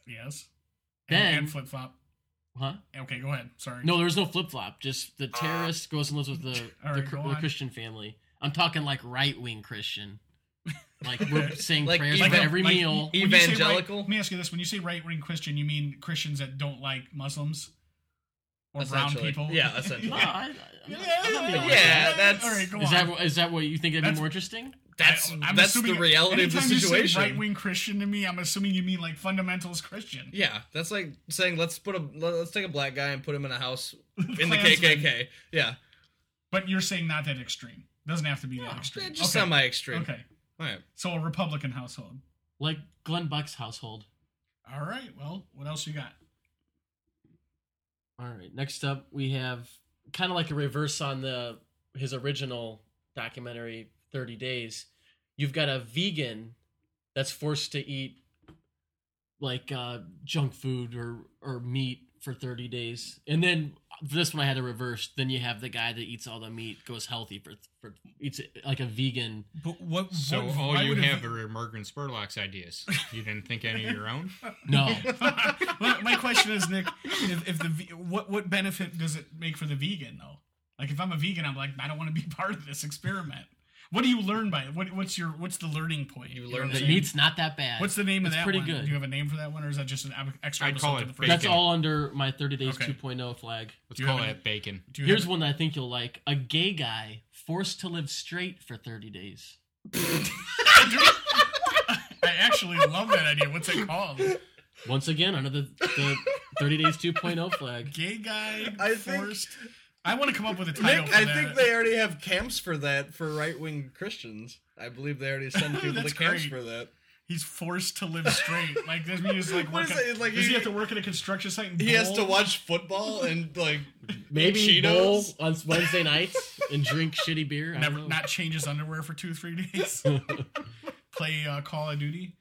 S1: Yes.
S3: Then-
S1: and, and flip flop.
S3: Huh?
S1: Okay, go ahead. Sorry.
S3: No, there's no flip flop. Just the terrorist goes and lives with the,
S1: Uh, All
S3: the,
S1: right,
S3: cr-
S1: go
S3: the
S1: on.
S3: Christian family. I'm talking like right wing Christian. Like we're saying
S2: Like
S3: prayers
S2: ev-
S3: for every
S1: like-
S3: meal.
S1: when you say right-
S2: Evangelical?
S1: let me ask you this: When you say right-wing Christian, you mean Christians that don't like Muslims or brown
S2: Essentially.
S1: people?
S2: Yeah, essentially.
S3: No, I- I-
S1: yeah,
S3: I'm not being
S2: e-, Yeah,
S3: racist.
S2: that's-
S1: all right. Go
S3: Is
S1: on.
S3: that is that what you think it'd be
S1: That's-
S3: more interesting?
S2: That's
S1: I- I'm
S2: that's the
S1: assuming-
S2: reality of the
S1: anytime you say
S2: situation.
S1: right-wing Christian to me, I'm assuming you mean like fundamentalist Christian.
S2: Yeah, that's like saying let's put a let's take a black guy and put him in a house in the
S1: Klansman.
S2: KKK. Yeah,
S1: But you're saying not that extreme. Doesn't have to be that
S2: just
S1: extreme. okay.
S2: semi-extreme.
S1: Okay.
S2: All right.
S1: So a Republican household.
S3: Like Glenn Buck's household.
S1: All right. Well, what else you got?
S3: All right. Next up, we have kind of like a reverse on the his original documentary, Thirty Days. You've got a vegan that's forced to eat like uh, junk food or or meat for thirty days, and then this one I had to reverse. Then you have the guy that eats all the meat, goes healthy for for eats it like a vegan.
S6: But what?
S4: So
S6: what
S4: all
S1: why
S4: you
S1: would it-
S4: have are Margaret Spurlock's ideas. You didn't think any of your own?
S3: No,
S1: my, my question is, Nick, if, if the ve- what what benefit does it make for the vegan though? Like, if I'm a vegan, I'm like, I don't want to be part of this experiment. What do you learn by it? What, what's your what's the learning point?
S2: You
S1: know
S2: learn
S1: what I'm
S2: that
S3: the
S1: saying?
S3: meat's not that bad.
S1: What's the name of
S3: it's
S1: that
S3: pretty
S1: one?
S3: good.
S1: Do you have a name for that one, or is that just an ab- extra?
S4: I'd call
S1: episode to
S4: it
S1: the first
S3: That's
S4: bacon.
S1: one?
S3: all under my 30 days
S1: Okay.
S3: 2.0 flag.
S4: Let's
S1: Do you
S4: call
S1: have any-
S4: that bacon.
S1: Do you have
S3: Here's
S1: it?
S3: one that I think you'll like: a gay guy forced to live straight for 30 days.
S1: I actually love that idea. What's it called?
S3: Once again, under the, the 30 days 2.0 flag.
S1: Gay guy
S2: I think-
S1: forced. I want to come up with a title.
S2: Nick,
S1: for
S2: I
S1: that.
S2: think they already have camps for that for right wing Christians. I believe they already send people
S1: That's
S2: to camps
S1: great.
S2: for that.
S1: He's forced to live straight. Like does mean he's like
S2: What
S1: work
S2: is
S1: at-
S2: it? It's like
S1: does he,
S2: he-
S1: have to work at a construction site? And
S2: He has to
S1: bowl?
S2: watch football and like
S3: Maybe bowl
S2: Cheetos?
S3: on Wednesday nights and drink shitty beer. I don't
S1: Never,
S3: know.
S1: not change his underwear for two three days. Play uh, Call of Duty.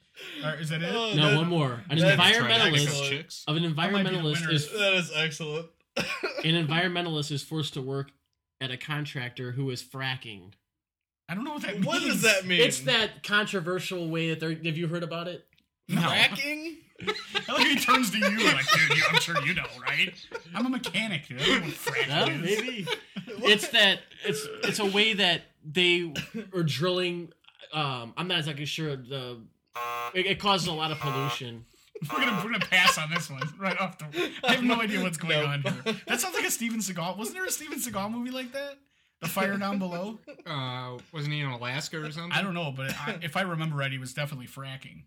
S1: Or is that it?
S2: Oh,
S3: no,
S2: that-
S3: one more. An
S2: that's
S4: Try
S2: Environmentalist.
S4: to pick
S3: environmentalist
S4: up chicks.
S3: of an
S1: might be the
S3: environmentalist
S1: winner.
S3: is
S2: That is excellent.
S3: an environmentalist is forced to work at a contractor who is fracking.
S1: I don't know what that means.
S2: what does that mean?
S3: It's that controversial way that they're. Have you heard about it?
S2: fracking?
S1: I like he turns to you like, dude, you, I'm sure you know, right? I'm a mechanic, dude. I don't know what fracking
S3: No,
S1: is.
S3: maybe. it's that. It's it's a way that they are drilling. Um, I'm not exactly sure the. It, it causes a lot of pollution.
S1: We're gonna, we're gonna pass on this one right off the. I have no idea what's going
S2: Nope.
S1: on here. That sounds like a Steven Seagal. Wasn't there a Steven Seagal movie like that? The Fire Down Below.
S4: Uh, wasn't he in Alaska or something?
S1: I don't know, but I, if I remember right, he was definitely fracking.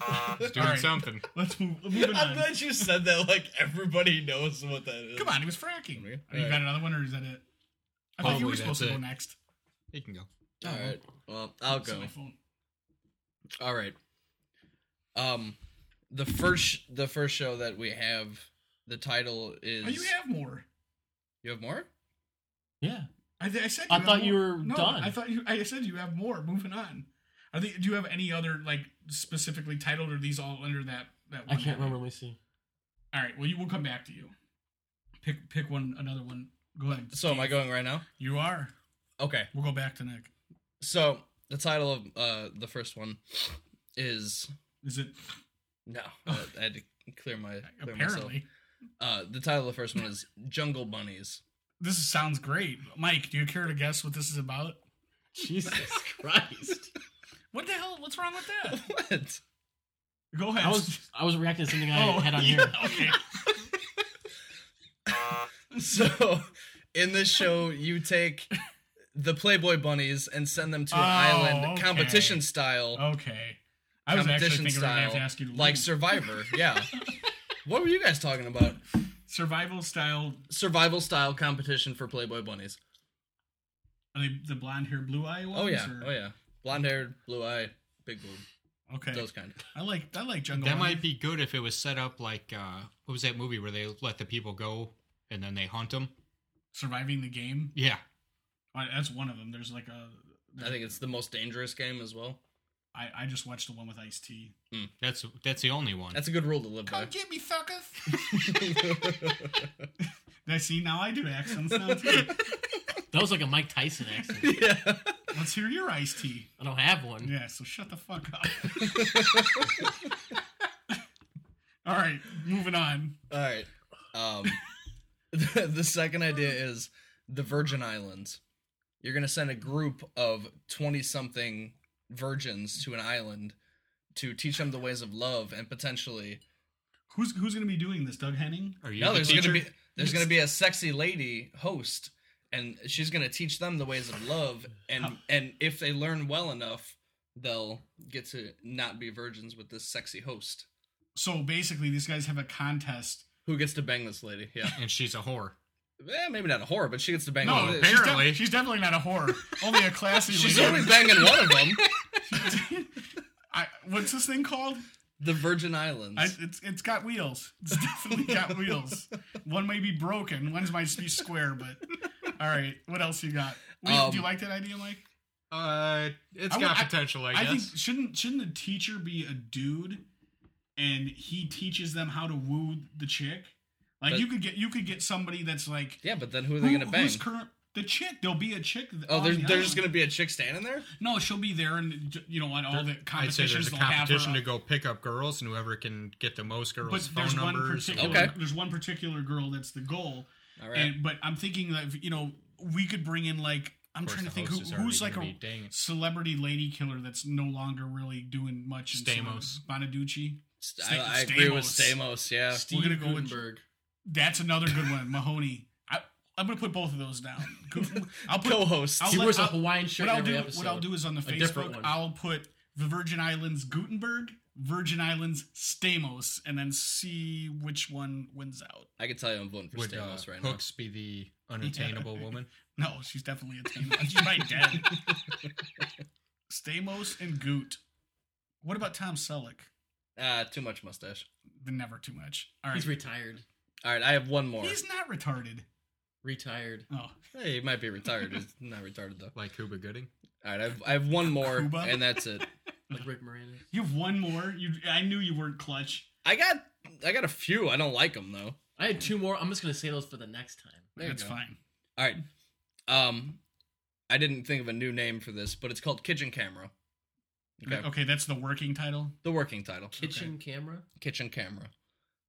S2: Uh,
S4: He's doing
S1: All right.
S4: something.
S1: Let's move. Moving
S2: I'm
S1: on.
S2: glad you said that like everybody knows what that is.
S1: Come on, he was fracking.
S2: Okay.
S1: Oh, you got another one, or is that it? I thought you
S4: Probably
S1: were
S4: that's
S1: supposed to go
S4: it.
S1: next.
S4: He can go.
S2: All right. Well, I'll
S1: It's on
S2: go.
S1: my phone.
S2: All right. Um, the first the first show that we have, the title is.
S1: Oh, you have more.
S2: You have more?
S3: Uh, Yeah.
S1: I, th- I said.
S3: I
S1: have
S3: thought you
S1: more.
S3: were
S1: no,
S3: done.
S1: I thought you. I said you have more. Moving on. Are they, do you have any other like specifically titled? Or are these all under that? That one
S3: I can't
S1: heading?
S3: remember. Let me see.
S1: All right. Well, you will come back to you. Pick pick one another one. Go ahead.
S2: So am I
S1: Steve.
S2: going right now?
S1: You are.
S2: Okay.
S1: We'll go back to Nick.
S2: So the title of uh the first one is
S1: Is it
S2: no. uh, I had to clear my clear myself.
S1: Oh. apparently?
S2: Uh, the title of the first one is Jungle Bunnies.
S1: This sounds great, Mike. Do you care to guess what this is about?
S3: Jesus Christ!
S1: What the hell? What's wrong with that?
S2: what?
S1: Go ahead.
S3: I was I was reacting to something I
S1: Oh,
S3: had on
S1: yeah,
S3: here.
S1: Okay.
S2: So in this show, you take the Playboy bunnies and send them to an
S1: Oh,
S2: island
S1: okay. Oh,
S2: competition style.
S1: Okay. I was actually
S2: competition
S1: thinking we we're gonna have to
S2: style,
S1: ask you to
S2: like
S1: leave.
S2: Survivor. Yeah. what were you guys talking about?
S1: survival style.
S2: Survival style competition for Playboy bunnies.
S1: Are they the blonde hair, blue eye ones?
S2: Oh yeah,
S1: or-
S2: oh yeah. Blonde haired, blue eyed, big boob,
S1: Okay.
S2: those kind.
S1: I like I like jungle.
S4: That
S1: Bunny.
S4: might be good if it was set up like uh, what was that movie where they let the people go and then they hunt them?
S1: surviving the game.
S4: Yeah,
S1: Uh, That's one of them. There's like a.
S2: I think it's the most dangerous game as well.
S1: I, I just watched the one with Ice T.
S4: that's that's the only one.
S2: That's a good rule to live by.
S1: get me, fuckers! I see now I do accents now too.
S3: That was like a Mike Tyson accent.
S2: yeah.
S1: Let's hear your Ice T.
S3: I don't have one.
S1: Yeah, so shut the fuck up. All right, moving on.
S2: All right. Um, the, the second idea is the Virgin Islands. You're gonna send a group of twenty-something virgins to an island to teach them the ways of love and potentially.
S1: Who's who's gonna be doing this? Doug Henning.
S4: Are you
S2: No,
S4: the
S2: there's gonna
S4: teacher?
S2: be there's gonna be a sexy lady host, and she's gonna teach them the ways of love, and and if they learn well enough, they'll get to not be virgins with this sexy host
S1: So basically, these guys have a contest.
S2: who gets to bang this lady. Yeah,
S4: and she's a whore.
S2: eh, maybe not a whore, but she gets to bang.
S1: No,
S2: one.
S1: she's def-
S4: apparently.
S1: she's, definitely not a whore. Only a classy.
S2: She's
S1: lady.
S2: only banging one of them.
S1: I, what's this thing called?
S2: The Virgin Islands.
S1: I, it's it's got wheels. It's definitely got wheels. One may be broken. One's might be square. But all right, what else you got? Wait,
S2: Um,
S1: do you like that idea, Mike?
S4: Uh, it's
S1: I
S4: got
S1: would- I-
S4: potential, I,
S1: I
S4: guess.
S1: think shouldn't shouldn't a teacher be a dude, and he teaches them how to woo the chick. Like
S2: But-
S1: you could get you could get somebody that's like
S2: Yeah, but then who are they gonna
S1: who-
S2: bang?
S1: Who's current? The chick. There'll be a chick. th-
S2: Oh,
S1: on
S2: there's
S1: the
S2: there's just
S1: island.
S2: gonna be a chick standing there.
S1: No, she'll be there, and you know, on all the
S4: I'd say
S1: competitions,
S4: there's a
S1: they'll have her
S4: competition
S1: on-
S4: to go pick up girls, and whoever can get the most
S1: But
S4: girls'
S1: there's
S4: phone
S1: one
S4: numbers.
S1: particular.
S2: Okay.
S1: There's one particular girl that's the goal.
S2: All right.
S1: And but I'm thinking that you know we could bring in like I'm
S4: Of course,
S1: trying to
S4: the
S1: think who,
S4: host is already
S1: who's like
S4: gonna
S1: a
S4: be- dang it.
S1: celebrity lady killer that's no longer really doing much. in celeb-
S4: Stamos.
S1: Bonaducci.
S2: St-
S1: Sta-
S2: I, I agree with
S1: Stamos.
S2: Stamos. Yeah.
S1: Steve We're gonna go with-
S2: Gutenberg.
S1: That's another good one. Mahoney. I, I'm gonna put both of those down. I'll put
S2: co-host.
S1: I'll
S3: He
S1: let-
S3: wears a
S1: I'll-
S3: Hawaiian shirt
S1: what I'll
S3: every
S1: do,
S3: episode.
S1: What I'll do is on the
S3: A different
S1: Facebook,
S3: one.
S1: I'll put the Virgin Islands Gutenberg, Virgin Islands Stamos, and then see which one wins out.
S2: I can tell you, I'm voting for
S4: Would uh,
S2: Stamos right now.
S4: Hooks be the unattainable woman?
S1: No, she's definitely a Stamos. she's my dead. Stamos and Goot. What about Tom Selleck?
S2: Ah, too much mustache.
S1: Never too much. All right.
S3: He's
S1: He's,
S3: retired.
S2: All right, I have one more.
S1: not retarded.
S3: Retired.
S1: Oh,
S2: Hey, he might be retired. He's not retarded though.
S4: Like Cuba Gooding?
S2: All right, I've I have one more,
S1: Cuba?
S2: and that's it.
S3: Like Rick Moranis.
S1: you have one more. You, I knew you weren't clutch.
S2: I got I got a few. I don't like them though.
S3: I had two more. I'm just gonna say those for the next time.
S2: There you
S1: That's
S2: go.
S1: fine.
S2: All right. Um, I didn't think of a new name for this, but it's called Kitchen Camera. Okay.
S1: Okay, that's the working title.
S2: The working title.
S3: Kitchen camera.
S2: Kitchen Camera.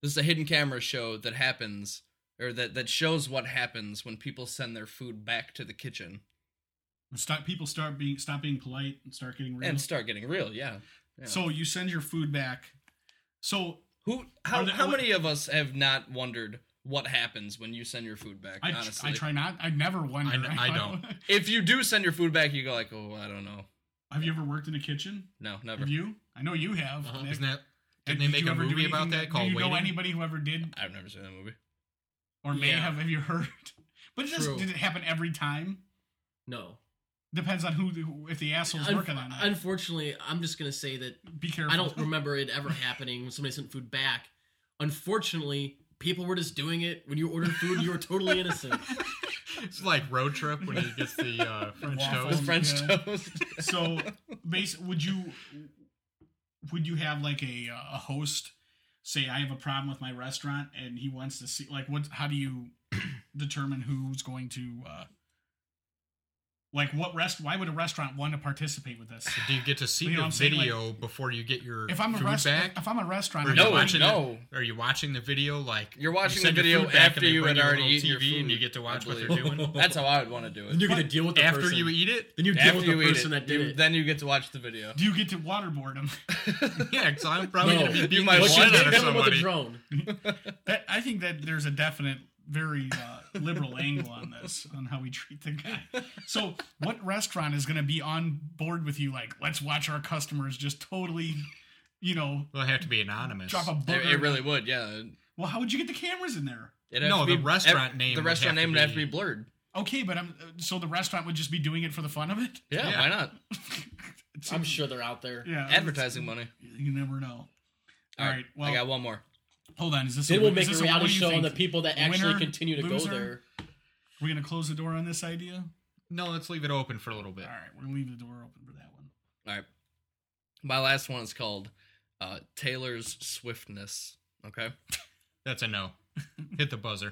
S2: This is a hidden camera show that happens or that that shows what happens when people send their food back to the kitchen
S1: Stop. People start being stop being polite and start getting real.
S2: and start getting real. Yeah. Yeah.
S1: So you send your food back. So
S2: who how,
S1: Are there-
S2: how many of us have not wondered what happens when you send your food back?
S1: I, tr-
S2: honestly.
S1: I try not. I never wonder.
S4: I- I don't.
S2: if you do send your food back, you go like, "Oh, I don't know."
S1: Have you ever worked in a kitchen?
S2: No, never.
S1: Have you? I know you have.
S3: Uh-huh.
S1: Nick.
S4: Isn't that?
S1: Did
S4: Didn't they make
S1: you
S4: a
S1: ever do
S4: movie about
S1: anything-
S4: that called
S1: Do you know
S4: Waiting?
S1: anybody who ever did
S2: I've never seen that movie.
S1: or may
S3: Yeah.
S1: have? Have you heard? But it just,
S3: True.
S1: did it happen every time?
S3: No.
S1: Depends on who, who if the asshole's
S3: Unf-
S1: working on it.
S3: Unfortunately, I'm just gonna say that
S1: Be careful.
S3: I don't remember it ever happening when somebody sent food back. Unfortunately, people were just doing it when you ordered food. You were totally innocent.
S4: It's like Road Trip when he gets the uh, French
S1: Waffle.
S4: toast.
S2: French
S1: yeah.
S2: toast.
S1: so base would you would you have like a uh, a host say i have a problem with my restaurant and he wants to see like what how do you determine who's going to uh like what rest why would a restaurant want to participate with this
S4: Do you get to see
S1: You know what
S4: the
S1: I'm saying?
S4: video before you get your
S1: if i'm a
S4: food
S1: restaurant
S4: back?
S1: if i'm a restaurant
S4: Or
S1: I'm
S4: you
S2: No,
S1: like,
S4: watching
S2: no.
S4: The, are you watching the video like
S2: You're watching
S4: send
S2: the
S4: your
S2: video
S4: food back and
S2: after
S4: they
S2: you
S4: bring
S2: had
S4: a
S2: already
S4: little
S2: eaten your
S4: TV and
S2: food.
S4: you get to watch
S2: I
S4: what they're
S2: believe.
S4: doing
S2: That's how I would want to do
S3: Then
S2: it.
S3: you're gonna deal with the
S4: after
S3: person.
S4: you eat it?
S3: then you deal
S2: After
S3: with the
S2: you eat
S3: person
S2: it,
S3: that did
S2: you-
S3: it.
S2: then you get to watch the video.
S1: do you get to waterboard him
S4: Yeah, because I'm probably
S3: No.
S4: gonna be beating
S2: might
S4: the
S3: But
S2: want
S4: shit
S2: it.
S4: out
S3: did
S4: of
S3: kill him with a
S4: somebody.
S3: drone.
S1: that i think that there's a definite very uh, liberal angle on this on how we treat the guy so what restaurant is going to be on board with you like let's watch our customers just totally you know
S4: Well, it have to be anonymous.
S1: drop a burger
S2: It, it really would, yeah.
S1: well how would you get the cameras in there
S2: It'd have
S4: No,
S2: to be-
S4: the restaurant name
S2: The
S4: would
S2: restaurant
S4: have to
S2: name would have to
S4: be-
S2: be blurred.
S1: okay but i'm uh, so the restaurant would just be doing it for the fun of it
S2: Yeah,
S4: Yeah.
S2: why not?
S1: It's-
S3: I'm sure they're out there.
S1: yeah
S2: Advertising money.
S1: you never know all right well
S2: I got one more.
S1: hold on is this
S3: Then
S1: a,
S3: we'll
S1: is
S3: make a
S1: this
S3: reality
S1: what do you
S3: show on
S1: think?
S3: the people that actually
S1: Winner,
S3: continue to
S1: loser?
S3: go there.
S1: we're gonna close the door on this idea
S4: No, let's leave it open for a little bit.
S1: all right we're gonna leave the door open for that one
S2: All right. My last one is called uh, Taylor's Swiftness. Okay.
S4: That's a no. Hit the buzzer.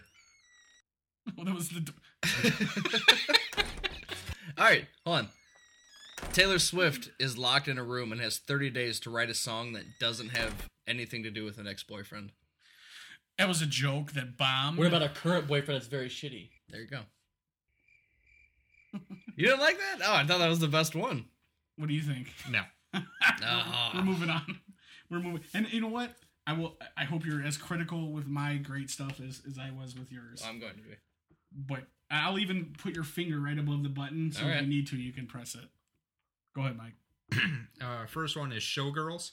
S1: well that was the do-
S2: All right, hold on. Taylor Swift is locked in a room and has 30 days to write a song that doesn't have anything to do with an ex boyfriend.
S1: that was a joke that bomb
S3: What about a current boyfriend that's very shitty?
S2: There you go. you didn't like that? Oh, I thought that was the best one.
S1: what do you think
S4: No.
S1: we're
S2: Ah.
S1: moving on. We're moving. And you know what? I will. I hope you're as critical with my great stuff as, as I was with yours.
S2: Oh, I'm going to be.
S1: but I'll even put your finger right above the button, so if
S2: Alright.
S1: you need to, you can press it. Go ahead, Mike.
S4: Uh, first one is Showgirls.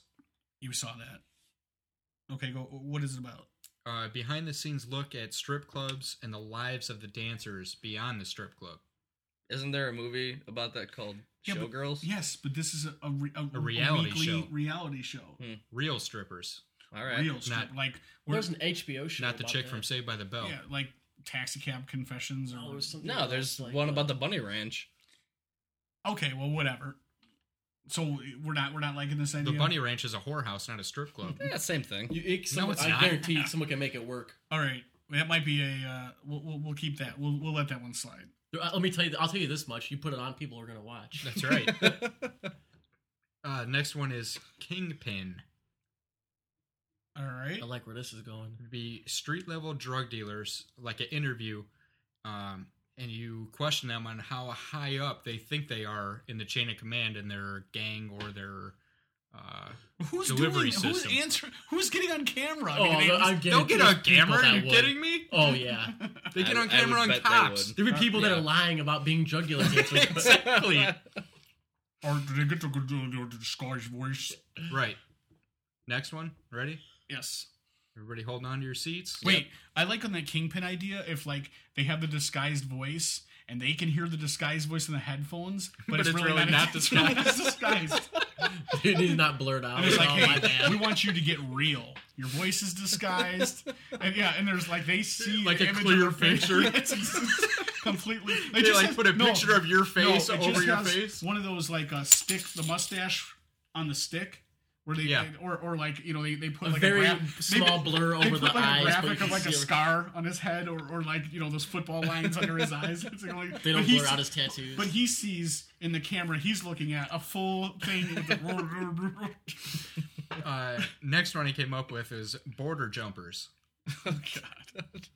S1: You saw that. Okay, go. What is it about?
S4: Uh, behind the scenes look at strip clubs and the lives of the dancers beyond the strip club.
S2: Isn't there a movie about that called
S1: Yeah, but-
S2: Showgirls?
S1: Yes, but this is a a, re- a,
S4: reality
S1: weekly
S4: show.
S1: Reality show.
S2: Hmm.
S4: Real strippers,
S2: All right.
S1: Real strip.
S4: Not-
S1: like
S3: Well,
S1: we're,
S3: there's an HBO show.
S4: not the
S3: about
S4: chick
S3: that.
S4: from Saved by the Bell.
S1: yeah, like taxi cab confessions or.
S3: Oh, there's something
S2: No,
S3: else,
S2: there's
S3: like,
S2: one
S3: uh,
S2: about the bunny ranch.
S1: okay, well, whatever. So we're not we're not liking this
S4: The
S1: idea.
S4: Bunny Ranch is a whorehouse, not a strip club.
S2: Yeah, same thing.
S3: You, it, someone-
S4: it's
S3: I
S4: not.
S3: guarantee someone can make it work.
S1: All right. That might be a. Uh, we'll, we'll we'll keep that. We'll we'll let that one slide.
S3: Let me tell you. I'll tell you this much: you put it on, people are gonna watch.
S4: That's right.
S2: Oh,
S4: uh, next one is Kingpin.
S1: All right.
S3: I like where this is going.
S4: would be street level drug dealers, like an interview, um, and you question them on how high up they think they are in the chain of command in their gang or their. Uh,
S1: Who's
S4: Delivery
S1: doing?
S4: system.
S1: Who's answering? Who's getting on camera? I
S3: Oh,
S1: mean, they
S3: I'm
S1: just-
S3: getting
S4: don't get on
S3: there's people
S4: camera! Are
S3: that
S4: you
S3: would.
S4: kidding me?
S3: Oh yeah,
S4: They get
S2: I-
S4: on
S2: I would
S4: camera on
S2: bet they
S4: cops.
S2: would.
S3: there'd be people that
S4: Yeah.
S3: are lying about being drug dealers. That's what-
S4: exactly.
S1: or do they get to go do your disguised voice?
S4: Right. Next one. Ready?
S1: Yes.
S4: Everybody holding on to your seats?
S1: Wait, I like on that kingpin idea if like they have the disguised voice and they can hear the disguised voice in the headphones, but, it's, really, not,
S4: not
S1: disguised. it's disguised.
S3: It is not blurred out.
S1: And it's like,
S3: oh, my
S1: hey,
S3: bad.
S1: we want you to get real. Your voice is disguised, and yeah, and there's like they see
S4: Like
S1: the
S4: a
S1: image
S4: clear
S1: of the face.
S4: picture.
S1: Yes, it's- it's completely.
S4: They, like put a picture of your face
S1: it
S4: over
S1: just
S4: your
S1: has
S4: face.
S1: One of those like uh, stick the mustache on the stick. Where they,
S4: Yeah.
S1: or, or like you know they, they put
S3: A
S1: like
S3: very
S1: a graph-
S3: small
S1: they-
S3: blur
S1: they
S3: over
S1: put
S3: the
S1: like
S3: eyes.
S1: a
S3: but you
S1: graphic
S3: can
S1: of like a
S3: see
S1: scar on his head or, or like you know those football lines under his eyes. It's like, only-
S3: They
S1: but
S3: don't
S1: he
S3: blur
S1: se-
S3: out his tattoos.
S1: But he sees in the camera he's looking at a full thing. With the,
S4: Uh, next one he came up with is border jumpers.
S1: oh god.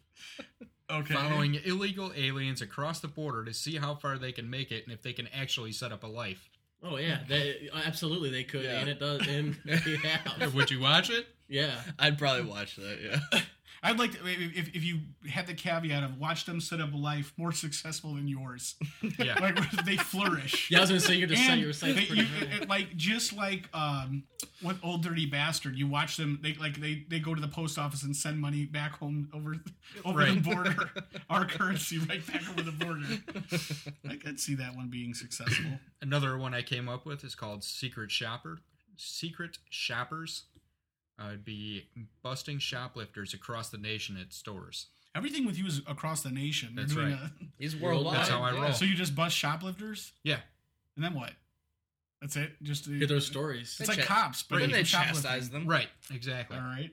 S1: Okay.
S4: following illegal aliens across the border to see how far they can make it and if they can actually set up a life.
S3: oh yeah, they, absolutely they could,
S2: Yeah.
S3: and it does, and they have.
S4: Would you watch it?
S3: Yeah,
S2: I'd probably watch that. Yeah.
S1: I'd like to, if, if you had the caveat of watch them set up a life more successful than yours,
S4: Yeah.
S1: like where they flourish.
S3: yeah. I was gonna say you're just set
S1: And
S3: your sights
S1: they-
S3: pretty
S1: you-
S3: high.
S1: it- it- like just like um, with old dirty bastard, you watch them. They like they they go to the post office and send money back home over over the
S4: Right.
S1: border, our currency right back over the border. I could see that one being successful.
S4: Another one I came up with is called Secret Shopper. Secret Shoppers. Uh, it'd be busting shoplifters across the nation at stores.
S1: Everything with you is across the nation. They're
S4: That's
S1: doing
S4: right.
S2: He's
S3: worldwide,
S2: worldwide.
S4: That's how I
S1: a-
S4: roll.
S1: so you just bust shoplifters,
S4: Yeah.
S1: and then what? That's it. Just
S3: Get those stories.
S1: It's like cops, but
S2: then
S1: they
S2: they
S1: chastise
S2: chastise them.
S4: Right. Exactly.
S1: All right.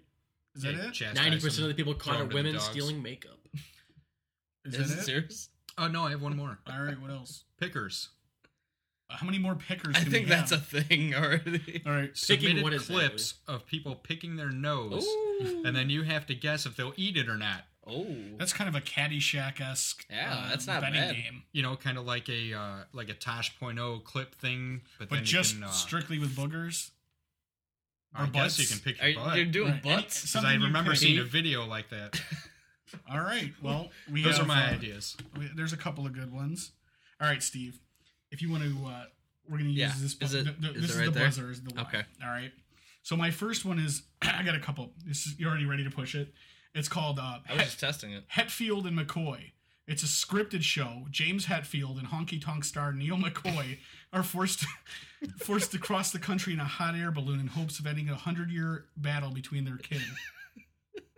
S1: Is that it?
S3: Ninety percent of the people
S4: throw
S3: caught are
S4: 'em to the
S3: women
S4: dogs.
S3: stealing makeup.
S1: Is,
S2: Is
S1: that
S2: it
S1: it?
S2: serious?
S4: Oh no, I have one more.
S1: All right. What else?
S4: Pickers.
S1: How many more pickers?
S2: I
S1: can
S2: think
S1: we have?
S2: that's a thing already.
S1: All right.
S3: Picking
S4: Submitted
S3: what is that,
S4: clips of people picking their nose,
S2: Ooh.
S4: and then you have to guess if they'll eat it or not.
S2: Oh.
S1: That's kind of a Caddyshack esque.
S2: Yeah, that's not
S1: Um, betting
S2: bad.
S1: game,
S4: you know, kind of like a uh, like a Tosh.0 clip thing, but,
S1: but
S4: then
S1: just
S4: you can, uh,
S1: strictly with boogers.
S4: I
S1: or
S4: guess
S1: butts.
S4: you can pick
S2: Are,
S4: your
S2: you-
S4: butt.
S2: you're doing
S1: Right, any-
S2: butts?
S4: 'Cause
S1: something
S4: I
S1: you
S4: remember
S1: pick.
S4: seeing a video like that.
S1: All right. Well, we
S4: Those
S1: have,
S4: are my
S1: uh,
S4: ideas.
S1: we- There's a couple of good ones. All right, Steve. If you want to, uh, we're going to use
S2: Yeah,
S1: this.
S2: is it-
S1: th- th-
S2: is it
S1: this is
S2: right
S1: the
S2: there?
S1: buzzer. Is the one.
S2: Okay.
S1: All right. So my first one is I got a couple. This is, you're already ready to push it. It's called uh,
S2: I was just testing it.
S1: Hetfield and McCoy. It's a scripted show. James Hetfield and honky tonk star Neil McCoy are forced forced to cross the country in a hot air balloon in hopes of ending a hundred year battle between their kin.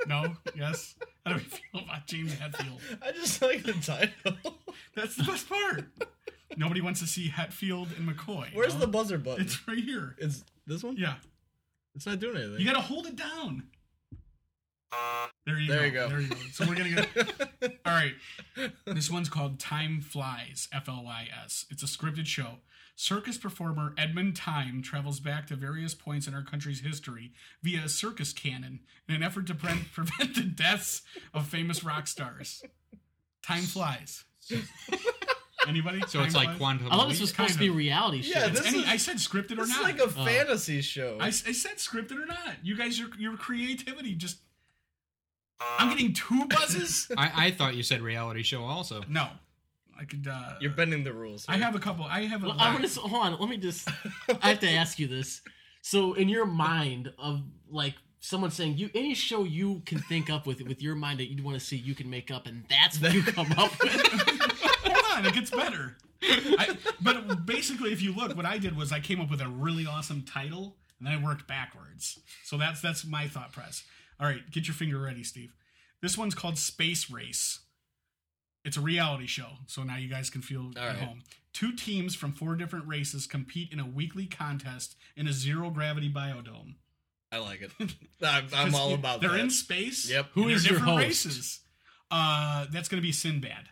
S1: No? Yes? How do we feel about James Hetfield?
S2: I just like the title.
S1: That's the best part. Nobody wants to see Hetfield and McCoy.
S2: Where's
S1: no?
S2: the buzzer button?
S1: It's right here.
S2: It's this one?
S1: Yeah.
S2: It's not doing anything.
S1: You gotta hold it down. There you
S2: There
S1: go.
S2: you go.
S1: There you go. So we're gonna get All right. This one's called Time Flies, F L Y S. It's a scripted show. Circus performer Edmund Time travels back to various points in our country's history via a circus cannon in an effort to pre- prevent the deaths of famous rock stars. Time flies. Anybody?
S4: So
S1: Time
S4: it's like
S1: flies?
S4: quantum.
S3: I thought this was
S4: leap.
S1: kind
S3: supposed to be
S1: of.
S3: reality show.
S2: Yeah, this
S1: Any,
S2: is-
S1: I said scripted or
S2: This is
S1: not. Uh,
S2: like a
S3: Oh.
S2: fantasy show.
S1: I, I said scripted or not. You guys, your your creativity just. I'm
S2: Um,
S1: getting two buzzes.
S4: I, I thought you said reality show also.
S1: no, I could. Uh,
S2: You're bending the rules.
S1: I
S2: here.
S1: have a couple. I have a.
S3: Well, I
S1: lot.
S3: want to hold on. Let me just. I have to ask you this. So, in your mind of like someone saying you any show you can think up with with your mind that you'd want to see, you can make up, and that's what you come up with.
S1: Hold on, it gets better. I, but basically, if you look, what I did was I came up with a really awesome title, and then I worked backwards. So that's that's my thought press. All right, get your finger ready, Steve. This one's called Space Race. It's a reality show, so now you guys can feel
S2: All
S1: at
S2: right.
S1: home. Two teams from four different races compete in a weekly contest in a zero gravity biodome.
S2: I like it. I'm, I'm all about
S1: They're
S2: that.
S1: in space.
S2: Yep.
S1: and
S3: Who
S1: they're
S3: is your
S1: different
S3: host?
S1: Races. Uh, that's going to be Sinbad.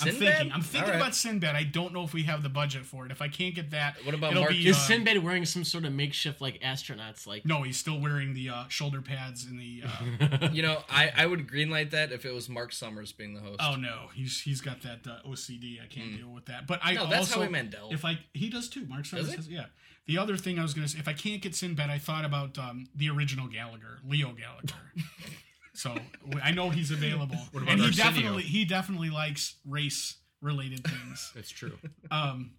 S1: I'm
S2: Sinbad?
S1: thinking. I'm thinking
S2: Alright.
S1: about Sinbad. I don't know if we have the budget for it. If I can't get that,
S2: What about
S1: it'll
S2: Mark-
S1: be,
S3: Is
S1: uh,
S3: Sinbad wearing some sort of makeshift like astronauts like?
S1: No, he's still wearing the uh, shoulder pads and the. Uh,
S2: You know, I, I would greenlight that if it was Mark Summers being the host.
S1: oh no, he's he's got that uh, OCD. I can't deal with that. But I
S2: Hmm. no, that's
S1: also
S2: Howie Mandel.
S1: if I he does too. Mark Summers
S2: he?
S1: says yeah. The other thing I was gonna say, if I can't get Sinbad, I thought about um, the original Gallagher, Leo Gallagher. so w- I know he's available,
S4: about
S1: and he
S4: Arsenio?
S1: definitely he definitely likes race related things.
S4: That's true.
S1: Um,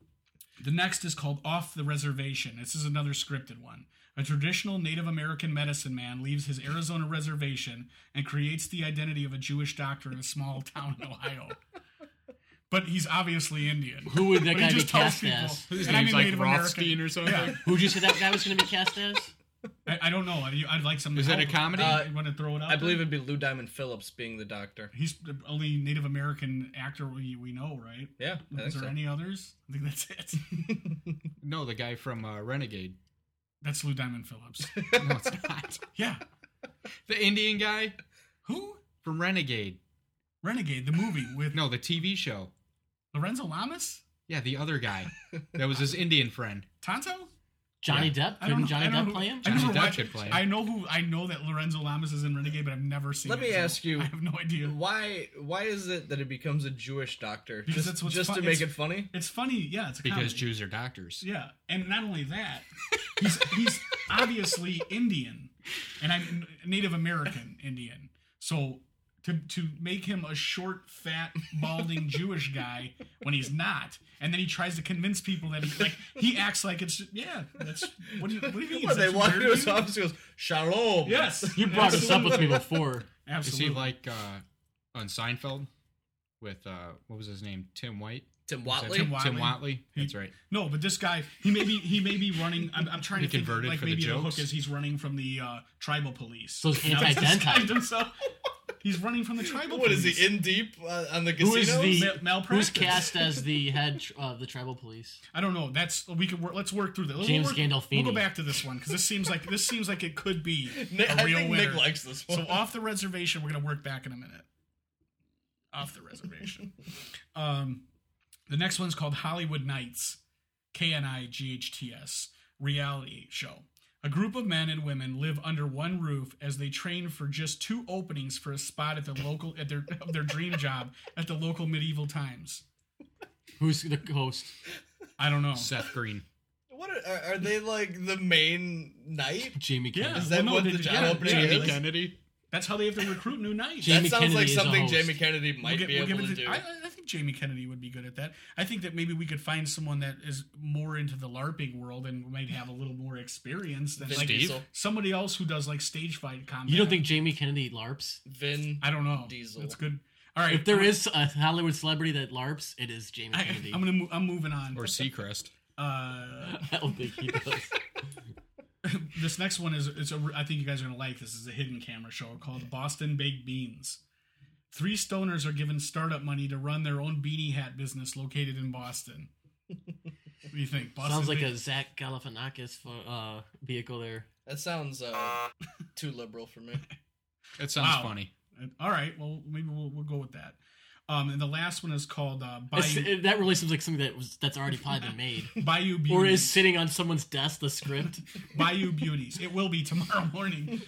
S1: the next is called Off the Reservation. This is another scripted one. A traditional Native American medicine man leaves his Arizona reservation and creates the identity of a Jewish doctor in a small town in Ohio. But he's obviously Indian.
S3: Who would
S1: But
S3: that
S1: he
S3: guy be
S1: just tells
S3: cast
S1: people.
S3: as?
S4: His
S1: and I
S4: name's
S1: mean
S4: like
S1: Native
S4: Rothstein
S1: American.
S4: or something.
S1: Yeah.
S3: Who would you say that guy was going to be cast as?
S1: I, I don't know. I- I'd like some.
S4: Is that a
S1: help.
S4: comedy?
S2: Uh,
S1: you want to throw it out?
S2: I believe
S1: there?
S2: it'd be Lou Diamond Phillips being the doctor.
S1: He's the only Native American actor we, we know, right?
S2: Yeah, I think
S1: Is there
S2: so.
S1: any others? I think that's it.
S4: No, the guy from uh, Renegade.
S1: that's Lou Diamond Phillips.
S4: No, it's not.
S1: Yeah.
S4: the Indian guy
S1: Who?
S4: from Renegade.
S1: Renegade, the movie with
S4: No, the TV show.
S1: Lorenzo Lamas?
S4: Yeah, the other guy. That was his Indian friend.
S1: Tonto?
S3: Johnny Depp?
S1: I don't
S3: Couldn't
S1: know.
S3: Johnny
S1: I don't
S3: Depp
S1: know
S3: play him?
S1: I
S4: Johnny
S1: never
S4: Depp
S1: watched-
S4: could play him.
S1: I know who I know that Lorenzo Lamas is in Renegade, but I've never seen
S2: Let
S1: it.
S2: me
S1: so
S2: ask you-
S1: I have no idea.
S2: Why why is it that it becomes a Jewish doctor?
S1: Because
S2: just
S1: that's what's
S2: just
S1: fun-
S2: to make
S1: it's-
S2: it funny?
S1: It's funny, yeah, it's a
S4: Because
S1: comedy.
S4: Jews are doctors.
S1: Yeah. And not only that, he's he's obviously Indian. And I'm Native American Indian. So to, to make him a short, fat, balding Jewish guy when he's not, and then he tries to convince people that he like he acts like it's yeah that's what do you, what do you mean?
S2: When
S1: Is that
S2: they walk
S1: weird
S2: into his
S1: to you?
S2: office, he goes, Shalom.
S1: Yes,
S3: You brought this up with me
S1: Absolutely.
S3: before.
S4: Is
S1: Absolutely.
S4: he like uh, on Seinfeld with, uh, what was his name? Tim White?
S2: Tim
S4: Is that
S2: Watley.
S4: Tim,
S1: Watley.
S4: Tim Watley? That's right.
S1: No, but this guy, he may be he may be running. I'm, I'm trying
S4: He
S1: to think.
S4: converted
S1: Like
S4: for the
S1: maybe the,
S4: jokes?
S1: hook is he's running from the uh, tribal police.
S3: So it's
S1: And now he's
S3: anti-Dentai.
S1: disguised himself. He's running from the tribal.
S2: What is
S1: police.
S2: he in deep uh, on the casino?
S3: Who is
S1: Ma-
S3: the
S1: malpractice.
S3: who's cast as the head tr- of the tribal police?
S1: I don't know. That's we could work, let's work through this. We'll
S3: James
S1: work-
S3: Gandolfini.
S1: We'll go back to this one because this seems like this seems like it could be
S2: Nick,
S1: a
S2: I
S1: real
S2: think
S1: winner.
S2: Nick likes this one.
S1: So off the reservation, we're gonna work back in a minute. Off the reservation. um, the next one's called Hollywood Nights, K N I G H T S reality show. A group of men and women live under one roof as they train for just two openings for a spot at the local at their of their dream job at the local medieval times.
S3: Who's the host?
S1: I don't know.
S4: Seth Green.
S2: what are, are, are they like the main knight?
S3: Jamie
S1: Yeah.
S3: Kennedy.
S2: Is that
S1: Well, no,
S2: what
S1: they-
S2: the job
S1: yeah,
S2: opening
S1: yeah,
S2: is?
S1: they-
S4: Kennedy?
S1: That's how they have to recruit new knights.
S3: Jamie
S2: that sounds
S3: Kennedy
S2: like
S3: is a
S2: something
S3: host.
S2: Jamie Kennedy might
S1: We'll
S2: be
S1: get- we'll
S2: able
S1: give
S2: to
S1: it
S2: do.
S1: I, I think Jamie Kennedy would be good at that. I think that maybe we could find someone that is more into the LARPing world and might have a little more experience than
S2: Vin
S1: like
S2: Diesel.
S1: somebody else who does like stage fight combat.
S3: You don't think Jamie Kennedy larps?
S2: Vin.
S1: I don't know.
S2: Diesel.
S1: That's good. All right.
S3: If there
S1: I'm-
S3: is a Hollywood celebrity that larps, it is Jamie
S1: I,
S3: Kennedy.
S1: am gonna. Move, I'm moving on.
S4: Or Seacrest.
S1: Uh,
S3: I don't think he does.
S1: this next one is. It's a. I think you guys are gonna like this. Is a hidden camera show called Boston Baked Beans. Three stoners are given startup money to run their own beanie hat business located in Boston. What do you think? Boston
S3: Sounds like
S1: Baked-
S3: a Zach Galifianakis for, uh, vehicle there.
S2: That sounds uh, too liberal for me.
S4: That sounds
S1: Wow.
S4: funny.
S1: Uh, All right. Well, maybe we'll, we'll go with that. Um, and the last one is called uh,
S3: It's-
S1: Bayou,
S3: it- that really seems like something that was that's already probably been made,
S1: Bayou Beauties.
S3: or is sitting on someone's desk the script.
S1: Bayou Beauties. It will be tomorrow morning.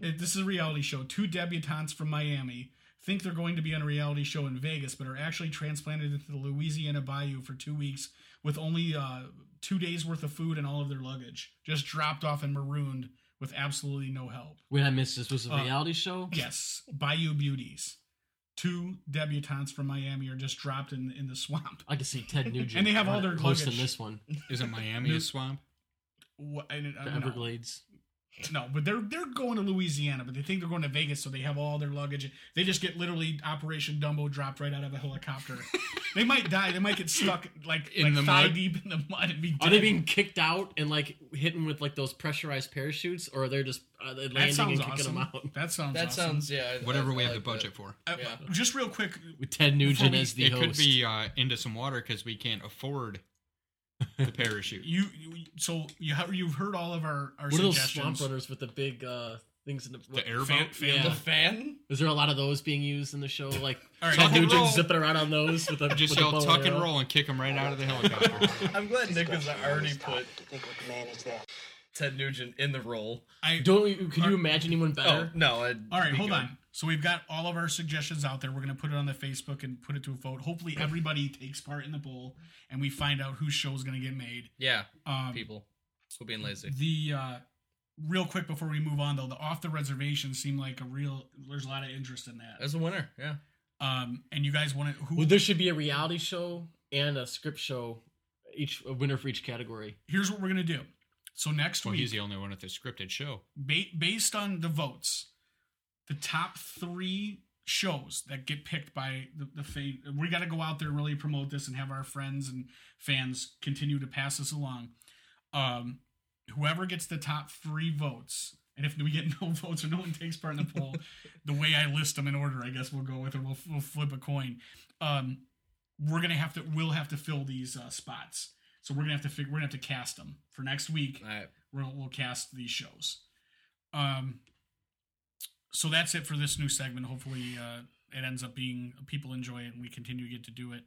S1: It- this is a reality show. Two debutantes from Miami think they're going to be on a reality show in Vegas, but are actually transplanted into the Louisiana Bayou for two weeks with only uh, two days worth of food and all of their luggage, just dropped off and marooned with absolutely no help.
S3: Wait, I missed this. Was a
S1: Uh,
S3: reality show?
S1: Yes, Bayou Beauties. Two debutantes from Miami are just dropped in in the swamp.
S3: I could see Ted Nugent.
S1: And they have all their
S3: hosting
S1: luggage.
S3: this one,
S4: Isn't Miami a swamp?
S1: What, I, didn't- I
S3: the
S1: don't know.
S3: Everglades.
S1: No, but they're they're going to Louisiana, but they think they're going to Vegas, so they have all their luggage. They just get literally Operation Dumbo dropped right out of a helicopter. they might die. They might get stuck like,
S4: In
S1: like
S4: the
S1: thigh
S4: mud?
S1: deep in the mud and be
S3: Are
S1: dead.
S3: they being kicked out and like hitting with like those pressurized parachutes, or are they just uh, they
S1: that
S3: landing
S1: sounds
S3: and kicking
S1: awesome.
S3: them out?
S1: That sounds
S2: That
S1: awesome.
S2: sounds yeah. I-
S4: Whatever
S2: I-
S4: we
S2: I
S4: have the
S2: like
S4: budget for.
S1: Uh,
S2: yeah.
S1: Just real quick,
S3: With Ted Nugent
S1: we-
S3: as the
S4: it
S3: host.
S4: could be uh, into some water because we can't afford the parachute.
S1: you, you so you have, you've heard all of our our
S3: what are those swamp
S1: suggestions.
S3: runners with the big uh, things in the,
S4: The airboat.
S1: Fan, fan
S3: Yeah.
S2: The fan?
S3: Is there a lot of those being used in the show? Like
S1: All right.
S3: Tom
S4: Tuck and
S3: Nugent
S4: roll.
S3: zipping around on those with a
S4: Just
S3: with a
S4: yell
S3: bow
S4: tuck and
S3: arrow?
S4: roll and kick him right out of the helicopter.
S2: I'm glad Nick has
S5: Discussion on
S2: already
S5: this
S2: put
S5: topic. Do you think we can manage that?
S2: Ted Nugent in the role.
S1: I,
S3: Don't you? Can you imagine anyone
S2: Oh,
S3: better?
S2: no. I'd
S1: all right,
S2: be
S1: hold
S2: good.
S1: on. So we've got all of our suggestions out there. We're going to put it on the Facebook and put it to a vote. Hopefully, everybody takes part in the poll, and we find out whose show is going to get made.
S2: Yeah,
S1: Um,
S2: people. We're being lazy.
S1: the uh, real quick before we move on though, the off the reservation seemed like a real. There's a lot of interest in
S4: Uh,
S1: that.
S2: As a winner, yeah.
S1: Um, and you guys want to who?
S3: Well, there should be a reality show and a script show, each a winner for each category.
S1: here's what we're gonna do. So next
S4: well,
S1: week,
S4: he's the only one at the scripted show.
S1: ba- based on the votes, the top three shows that get picked by the, the fan, we got to go out there and really promote this and have our friends and fans continue to pass this along. Um, whoever gets the top three votes, and if we get no votes or no one takes part in the poll, the way I list them in order, I guess we'll go with it. We'll, we'll flip a coin. Um, we're gonna have to, we'll have to fill these uh, spots. So we're gonna have to figure, we're gonna have to cast them for next week
S2: All right.
S1: we'll, we'll cast these shows. Um, so that's it for this new segment. Hopefully, uh, it ends up being people enjoy it and we continue to get to do it.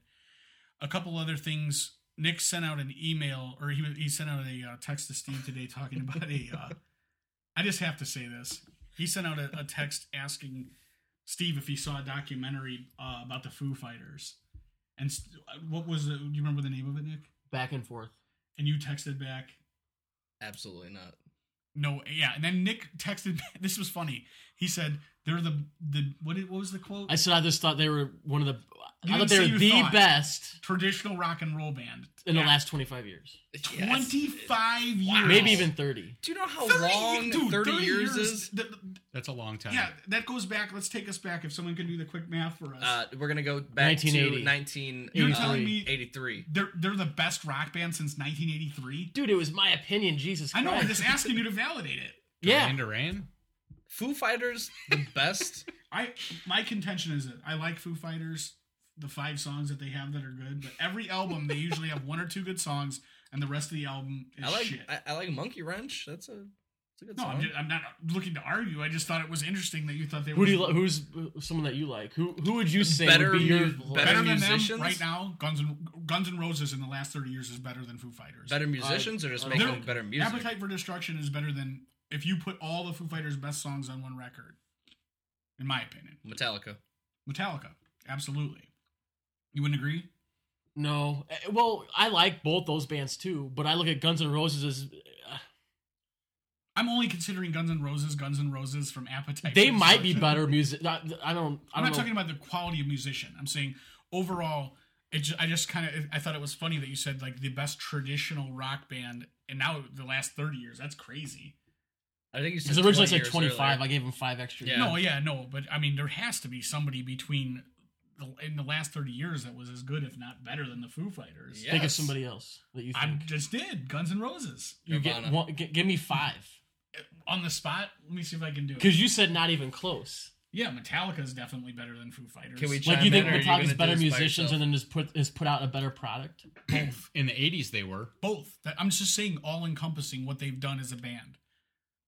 S1: A couple other things. Nick sent out an email, or he he sent out a uh, text to Steve today talking about a. Uh, I just have to say this. He sent out a, a text asking Steve if he saw a documentary uh, about the Foo Fighters, and st- what was the, do you remember the name of it, Nick?
S3: Back and forth.
S1: And you texted back,
S2: Absolutely not.
S1: No, yeah, and then Nick texted. This was funny. He said, "They're the the what? What was the quote?
S3: I said I just thought they were one of the.
S1: You
S3: I thought
S1: didn't say
S3: they were
S1: you
S3: the
S1: thought.
S3: best
S1: Traditional rock and roll band
S3: in the
S1: Yeah.
S3: last 25 years,
S2: Yes.
S1: twenty-five years,
S3: maybe even 30.
S2: Do you know how
S1: 30
S2: long
S1: dude,
S2: 30, years, is?
S1: th- th-
S4: That's a long time.
S1: yeah, that goes back. Let's take us back. If someone can do the quick math for us,
S2: Uh, we're going to go back to
S3: 1980.
S2: 1983.
S1: you're
S3: uh,
S1: telling me they're they're the best rock band since 1983.
S3: Dude, it was my opinion. Jesus
S1: I
S3: Christ.
S1: know. I'm just asking you to validate it.
S3: yeah.
S4: Duran Duran?
S2: Foo Fighters, the best.
S1: I my contention is that I like Foo Fighters, the five songs that they have that are good, but every album they usually have one or two good songs, and the rest of the album is
S2: I like
S1: shit.
S2: I, I like Monkey Wrench. That's a, that's a good
S1: no,
S2: song.
S1: I'm, just, I'm not looking to argue. I just thought it was interesting that you thought they
S3: Who
S1: were
S3: do you, li- who's uh, someone that you like? Who who would you say
S2: Better
S3: would be your
S2: mu-
S3: like-
S1: better,
S2: better
S1: than them
S2: musicians?
S1: right now. Guns and Guns and Roses in the last thirty years is better than Foo Fighters.
S2: better musicians or just
S3: I-
S2: making
S1: uh, They're-
S2: better music?
S1: Appetite for Destruction is better than if you put all the Foo Fighters' best songs on one record, in my opinion.
S2: Metallica.
S1: Metallica, absolutely. You wouldn't agree?
S3: No, Uh, well, I like both those bands too, but I look at Guns N' Roses as uh,
S1: I'm only considering Guns N' Roses, Guns N' Roses from Appetite.
S3: they
S1: for
S3: might be
S1: Destruction.
S3: better music. Not, I don't. I
S1: I'm
S3: don't
S1: not
S3: know.
S1: talking about the quality of musician. I'm saying overall, it ju- I just kind of I thought it was funny that you said like the best traditional rock band, and now the last 30 years. That's crazy.
S2: I think you said
S3: Because originally
S2: 20
S3: I said
S2: years
S3: 25. I
S2: earlier.
S3: gave him five extra.
S2: Yeah.
S1: No, yeah, no, but I mean there has to be somebody between the, in the last 30 years that was as good, if not better, than the Foo Fighters.
S2: Yeah.
S3: Think of
S2: Yes.
S3: somebody else that you think.
S1: I just did Guns N' Roses
S3: you get,
S2: Nirvana.
S3: one, g- give me five.
S1: on the spot. Let me see if I can do it.
S3: Because you said not even close.
S1: Yeah, Metallica is definitely better than Foo Fighters.
S2: Can we
S3: Like
S2: Chime
S3: you think
S2: in, or are you
S3: Metallica's
S2: gonna do
S3: better
S2: this by
S3: musicians
S2: yourself?
S3: and then just put is put out a better product.
S4: In the 80s, they were.
S1: both. That, I'm just saying, all encompassing what they've done as a band.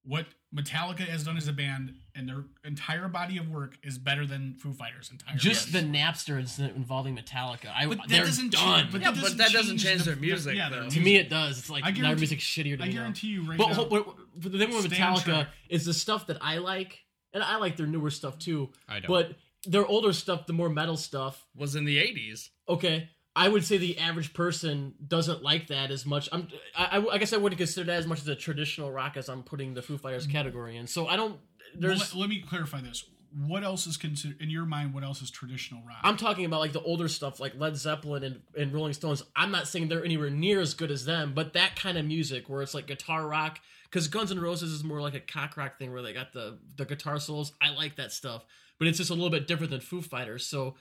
S1: What Metallica has done as a band and their entire body of work is better than Foo Fighters' entire.
S3: Just the
S1: band.
S3: Napster incident involving Metallica. I
S1: But that
S3: they're
S1: doesn't
S3: done.
S1: change- but
S2: Yeah, but that doesn't change their
S1: the-
S2: music,
S1: yeah,
S2: though.
S1: their
S3: to me, it does. It's like
S1: I
S3: their
S1: guarantee-
S3: music's shittier to
S1: I
S3: me. now.
S1: guarantee you right
S3: But,
S1: now.
S3: ho- but, but the thing with
S1: Stay on
S3: Metallica
S1: track.
S3: is the stuff that I like, and I like their newer stuff too.
S4: I don't.
S3: But their older stuff, the more metal stuff,
S2: was in the 80s.
S3: okay. I would say the average person doesn't like that as much. I'm, I, I- I guess I wouldn't consider that as much as a traditional rock as I'm putting the Foo Fighters category in. So I don't.
S1: Mm. Well,
S3: There's.
S1: let, let me clarify this. What else is considered in your mind? What else is traditional rock?
S3: I'm talking about like the older stuff, like Led Zeppelin and, and Rolling Stones. I'm not saying they're anywhere near as good as them, but that kind of music where it's like guitar rock. Because Guns N' Roses is more like a cock rock thing where they got the the guitar solos. I like that stuff, but it's just a little bit different than Foo Fighters. So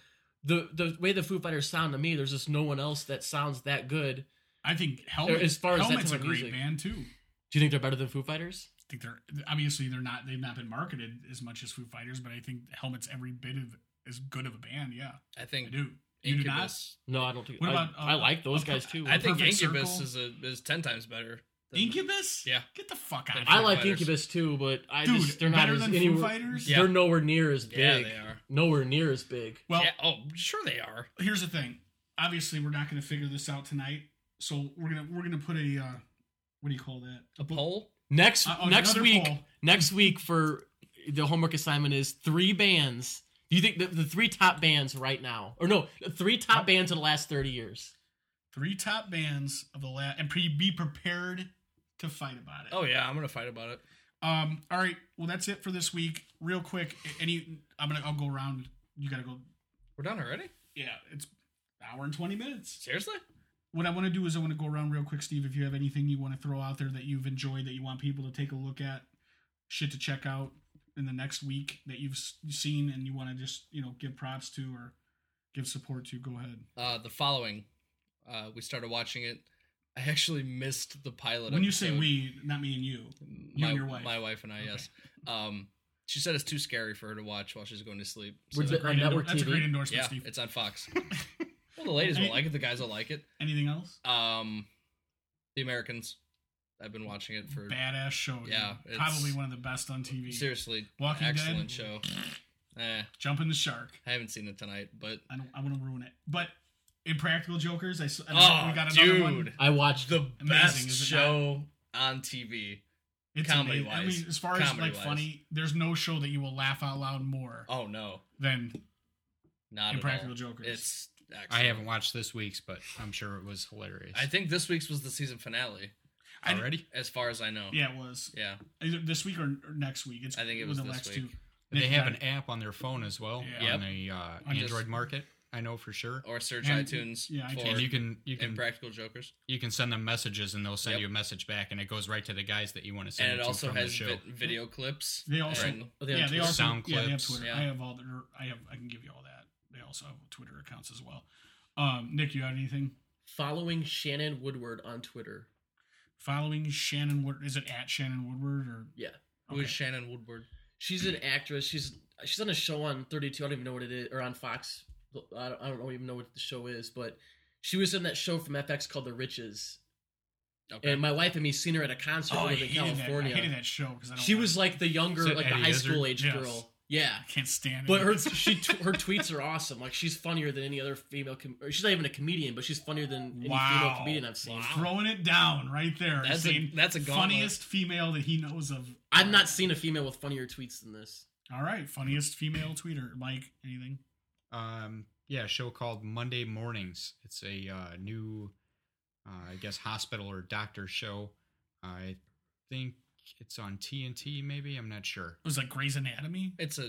S3: the the way the Foo Fighters sound to me, there's just no one else that sounds that good.
S1: I think Helmet,
S3: As far as that
S1: Helmet's a
S3: type of
S1: great
S3: music.
S1: band too.
S3: Do you think they're better than Foo Fighters?
S1: I think they're obviously they're not they've not been marketed as much as Foo Fighters, but I think Helmet's every bit of as good of a band. Yeah,
S2: I
S1: I
S2: think
S1: do. You do not.
S2: Incubus.
S3: No, I don't think.
S1: What
S3: I,
S1: about, uh,
S3: I like those
S1: uh,
S3: guys too.
S2: I think
S1: Perfect
S2: Incubus
S1: Circle.
S2: is a, is ten times better.
S1: Incubus?
S2: Yeah.
S1: Get the fuck out of here.
S3: I like
S2: Fighters.
S3: Incubus too, but I
S1: Dude,
S3: just they're not
S1: better
S3: as
S1: than Foo
S3: anywhere,
S1: Fighters?
S2: Yeah.
S3: They're nowhere near as big.
S2: Yeah, they are.
S3: Nowhere near as big.
S1: Well,
S2: yeah, oh, sure they are.
S1: here's the thing. Obviously, we're not going to figure this out tonight. So we're gonna we're gonna put a uh, what do you call that?
S2: A poll?
S3: Next
S1: Uh, oh,
S3: next
S1: another
S3: week
S1: poll.
S3: next week for the homework assignment is three bands. Do you think the, the three top bands right now, or no, three top bands in the last thirty years?
S1: Three top bands of the last, and pre- be prepared to fight about it.
S2: Oh yeah, I'm gonna fight about it.
S1: Um. All right. Well, that's it for this week. Real quick. a- Any? I'm gonna. I'll go around. You gotta go.
S2: We're done already?
S1: Yeah. It's hour and twenty minutes.
S2: Seriously?
S1: What I want to do is I want to go around real quick, Steve. If you have anything you want to throw out there that you've enjoyed, that you want people to take a look at, shit to check out in the next week that you've s- seen, and you want to just you know give props to or give support to, go ahead.
S2: Uh, the following, uh, we started watching it. I actually missed the pilot.
S1: When you say
S2: episode.
S1: we, not me and you.
S2: my,
S1: and your wife.
S2: my wife and I, yes. Um, she said it's too scary for her to watch while she's going to sleep. So,
S3: Would you-
S1: Great
S3: On network
S1: endor- that's a
S3: TV?
S1: great endorsement,
S2: yeah,
S1: Steve.
S2: it's on Fox. well, the ladies will like it. The guys will like it.
S1: Anything else?
S2: Um, the Americans. I've been watching it for
S1: Badass show. dude.
S2: Yeah, it's-
S1: probably one of the best on TV.
S2: seriously
S1: Walking
S2: excellent
S1: Dead?
S2: show. Eh,
S1: Jumping the shark.
S2: I haven't seen it tonight, but
S1: I don't. I want to ruin it. But Impractical Jokers. I, s- I
S2: oh,
S1: we got another
S2: dude,
S1: one.
S3: I watched
S2: the best
S1: is it not?
S2: show on TV.
S1: It's
S2: comedy
S1: amazing. I
S2: wise.
S1: mean, as far as
S2: Comedy
S1: like
S2: wise.
S1: funny, there's no show that you will laugh out loud more
S2: Oh no,
S1: than
S2: not
S1: Impractical
S2: at all.
S1: Jokers.
S2: It's excellent.
S4: I haven't watched this week's, but I'm sure it was hilarious.
S2: I think this week's was the season finale,
S1: I d-
S4: Already,
S2: as far as I know.
S1: yeah, it was
S2: Yeah.
S1: either this week or, or next week. It's
S2: I think it
S1: one
S2: was
S1: of the
S2: this
S1: last
S2: week.
S1: two.
S4: they
S1: Nick
S4: have
S1: and
S4: an app on their phone as well
S1: Yeah.
S4: on the uh,
S1: On
S4: Android
S2: just- Oh,
S4: market. I know for sure.
S2: Or search
S1: And-
S2: iTunes
S1: yeah,
S2: for
S1: iTunes.
S4: And you can you can
S2: Impractical Jokers.
S4: you can send them messages and they'll send
S2: Yep.
S4: you a message back and it goes right to the guys that you want to send
S2: And it
S4: to
S2: also
S4: from
S2: has
S4: the show.
S2: vi- video clips.
S1: They also-
S2: and-
S3: Are Oh, they on
S1: yeah, they
S3: Twitter?
S1: also
S4: Sound
S1: yeah they have
S4: clips.
S1: Twitter.
S2: Yeah.
S1: I have all their. I have. I can give you all that. They also have Twitter accounts as well. Um, Nick, you got anything?
S3: following Shannon Woodward on Twitter.
S1: Following Shannon Woodward is it at Shannon Woodward or
S3: Yeah,
S2: Who
S1: okay.
S2: is Shannon Woodward?
S3: she's an actress. She's she's on a show on 32. I don't even know what it is, or on Fox. I don't, I don't even know what the show is, but she was in that show from FX called The Riches.
S2: Okay.
S3: And my wife and me seen her at a concert
S1: Oh, I
S3: when we lived in
S1: hated
S3: California.
S1: that. I hated that show because I don't.
S3: She
S1: like-
S3: was like the younger,
S4: Is it
S3: like the
S4: Eddie
S3: high
S4: Izzard? Mm-hmm.
S3: school age
S1: Yes.
S3: girl. Yeah.
S1: I can't stand it.
S3: But her she t- her tweets are awesome. Like she's funnier than any other female. Com- or she's not even a comedian, but she's funnier than any
S1: Wow.
S3: female comedian I've seen.
S1: throwing it down right there.
S2: That's a-
S1: saying
S2: that's a gauntlet.
S1: funniest female that he knows of.
S3: I've not seen a female with funnier tweets than this.
S1: All right, funniest female tweeter. Mike, anything?
S4: um yeah a show called monday mornings it's a uh, new uh, i guess hospital or doctor show i think it's on tnt maybe i'm not sure
S1: It was like Grey's Anatomy.
S2: it's a.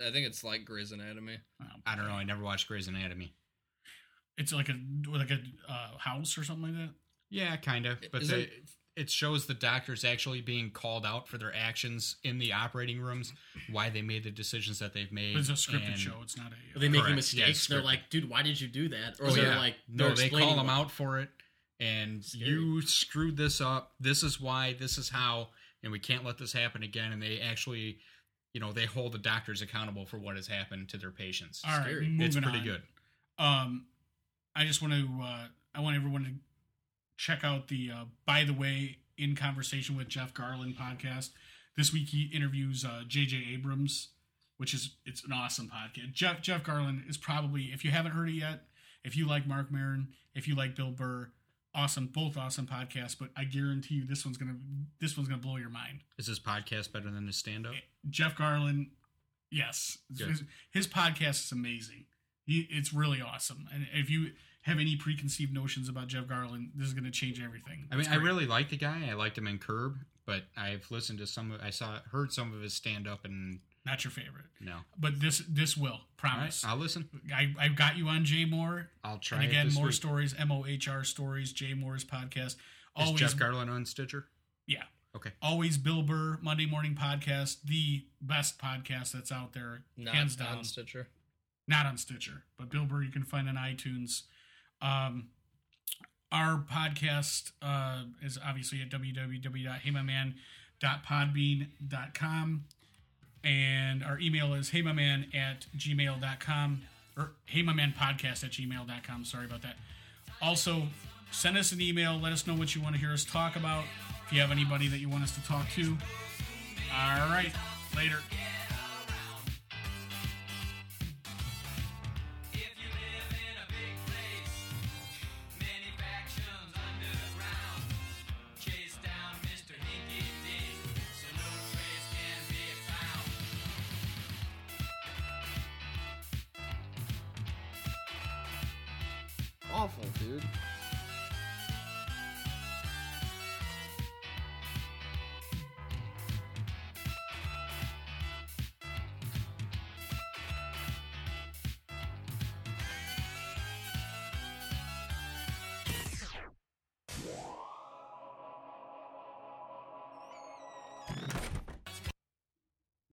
S2: I think it's like Grey's Anatomy.
S1: Oh,
S4: i don't know i never watched grey's anatomy
S1: It's like a like a uh, house or something like that.
S4: yeah kind of but
S2: Is
S4: they,
S2: it-
S4: it shows the doctors actually being called out for their actions in the operating rooms why they made the decisions that they've made
S1: But it's a scripted
S4: and-
S1: show. It's not a.
S3: Are they making
S4: Correct.
S3: mistakes?
S4: Yeah,
S3: they're like, dude, why did you do that? Or
S4: Oh,
S3: they're
S4: yeah.
S3: like, they're
S4: no, they call
S3: explaining
S4: them
S3: why.
S4: out for it, and
S3: Scary.
S4: you screwed this up. This is why. This is how, and we can't let this happen again. And they actually, you know, they hold the doctors accountable for what has happened to their patients.
S1: All right,
S3: Scary.
S1: moving
S4: it's pretty
S1: on.
S4: good.
S1: Um, I just want to. Uh, I want everyone to check out the. Uh, By the way, in conversation with Jeff Garland podcast this week, he interviews uh, J.J. Abrams, which is it's an awesome podcast. Jeff Jeff Garland is probably if you haven't heard it yet, if you like Mark Maron, if you like Bill Burr, awesome, both awesome podcasts. But I guarantee you, this one's gonna this one's gonna blow your mind.
S4: Is this podcast better than the stand-up?
S1: Jeff Garland, yes,
S4: Good.
S1: his, his podcast is amazing. He, it's really awesome. And if you have any preconceived notions about Jeff Garland, this is going to change everything.
S4: I mean,
S1: It's
S4: I
S1: great.
S4: really like the guy. I liked him in Curb, but I've listened to some. Of, I saw, heard some of his stand-up, and
S1: not your favorite,
S4: no.
S1: but this this will
S4: All right,
S1: promise.
S4: I'll listen.
S1: I I got you on Jay Moore,
S4: I'll try
S1: and
S4: it
S1: again
S4: this
S1: more
S4: week.
S1: stories, M O H R stories, Jay Moore's podcast.
S4: Is
S1: Always,
S4: Jeff Garland on Stitcher?
S1: yeah,
S4: Okay.
S1: always Bill Burr Monday Morning Podcast, the best podcast that's out there,
S2: Not
S1: hands
S2: on
S1: down.
S2: Stitcher.
S1: not on Stitcher, but Bill Burr you can find on iTunes. Um, our podcast uh, is obviously at www.heymyman.podbean.com. And our email is heymyman at gmail.com or heymymanpodcast at gmail.com. Sorry about that. Also, send us an email. Let us know what you want to hear us talk about. If you have anybody that you want us to talk to, all right, later.
S6: If you live in a big place, many factions underground chase down Mr. Hinky Dink, so no trace can be found.
S2: Awful, dude.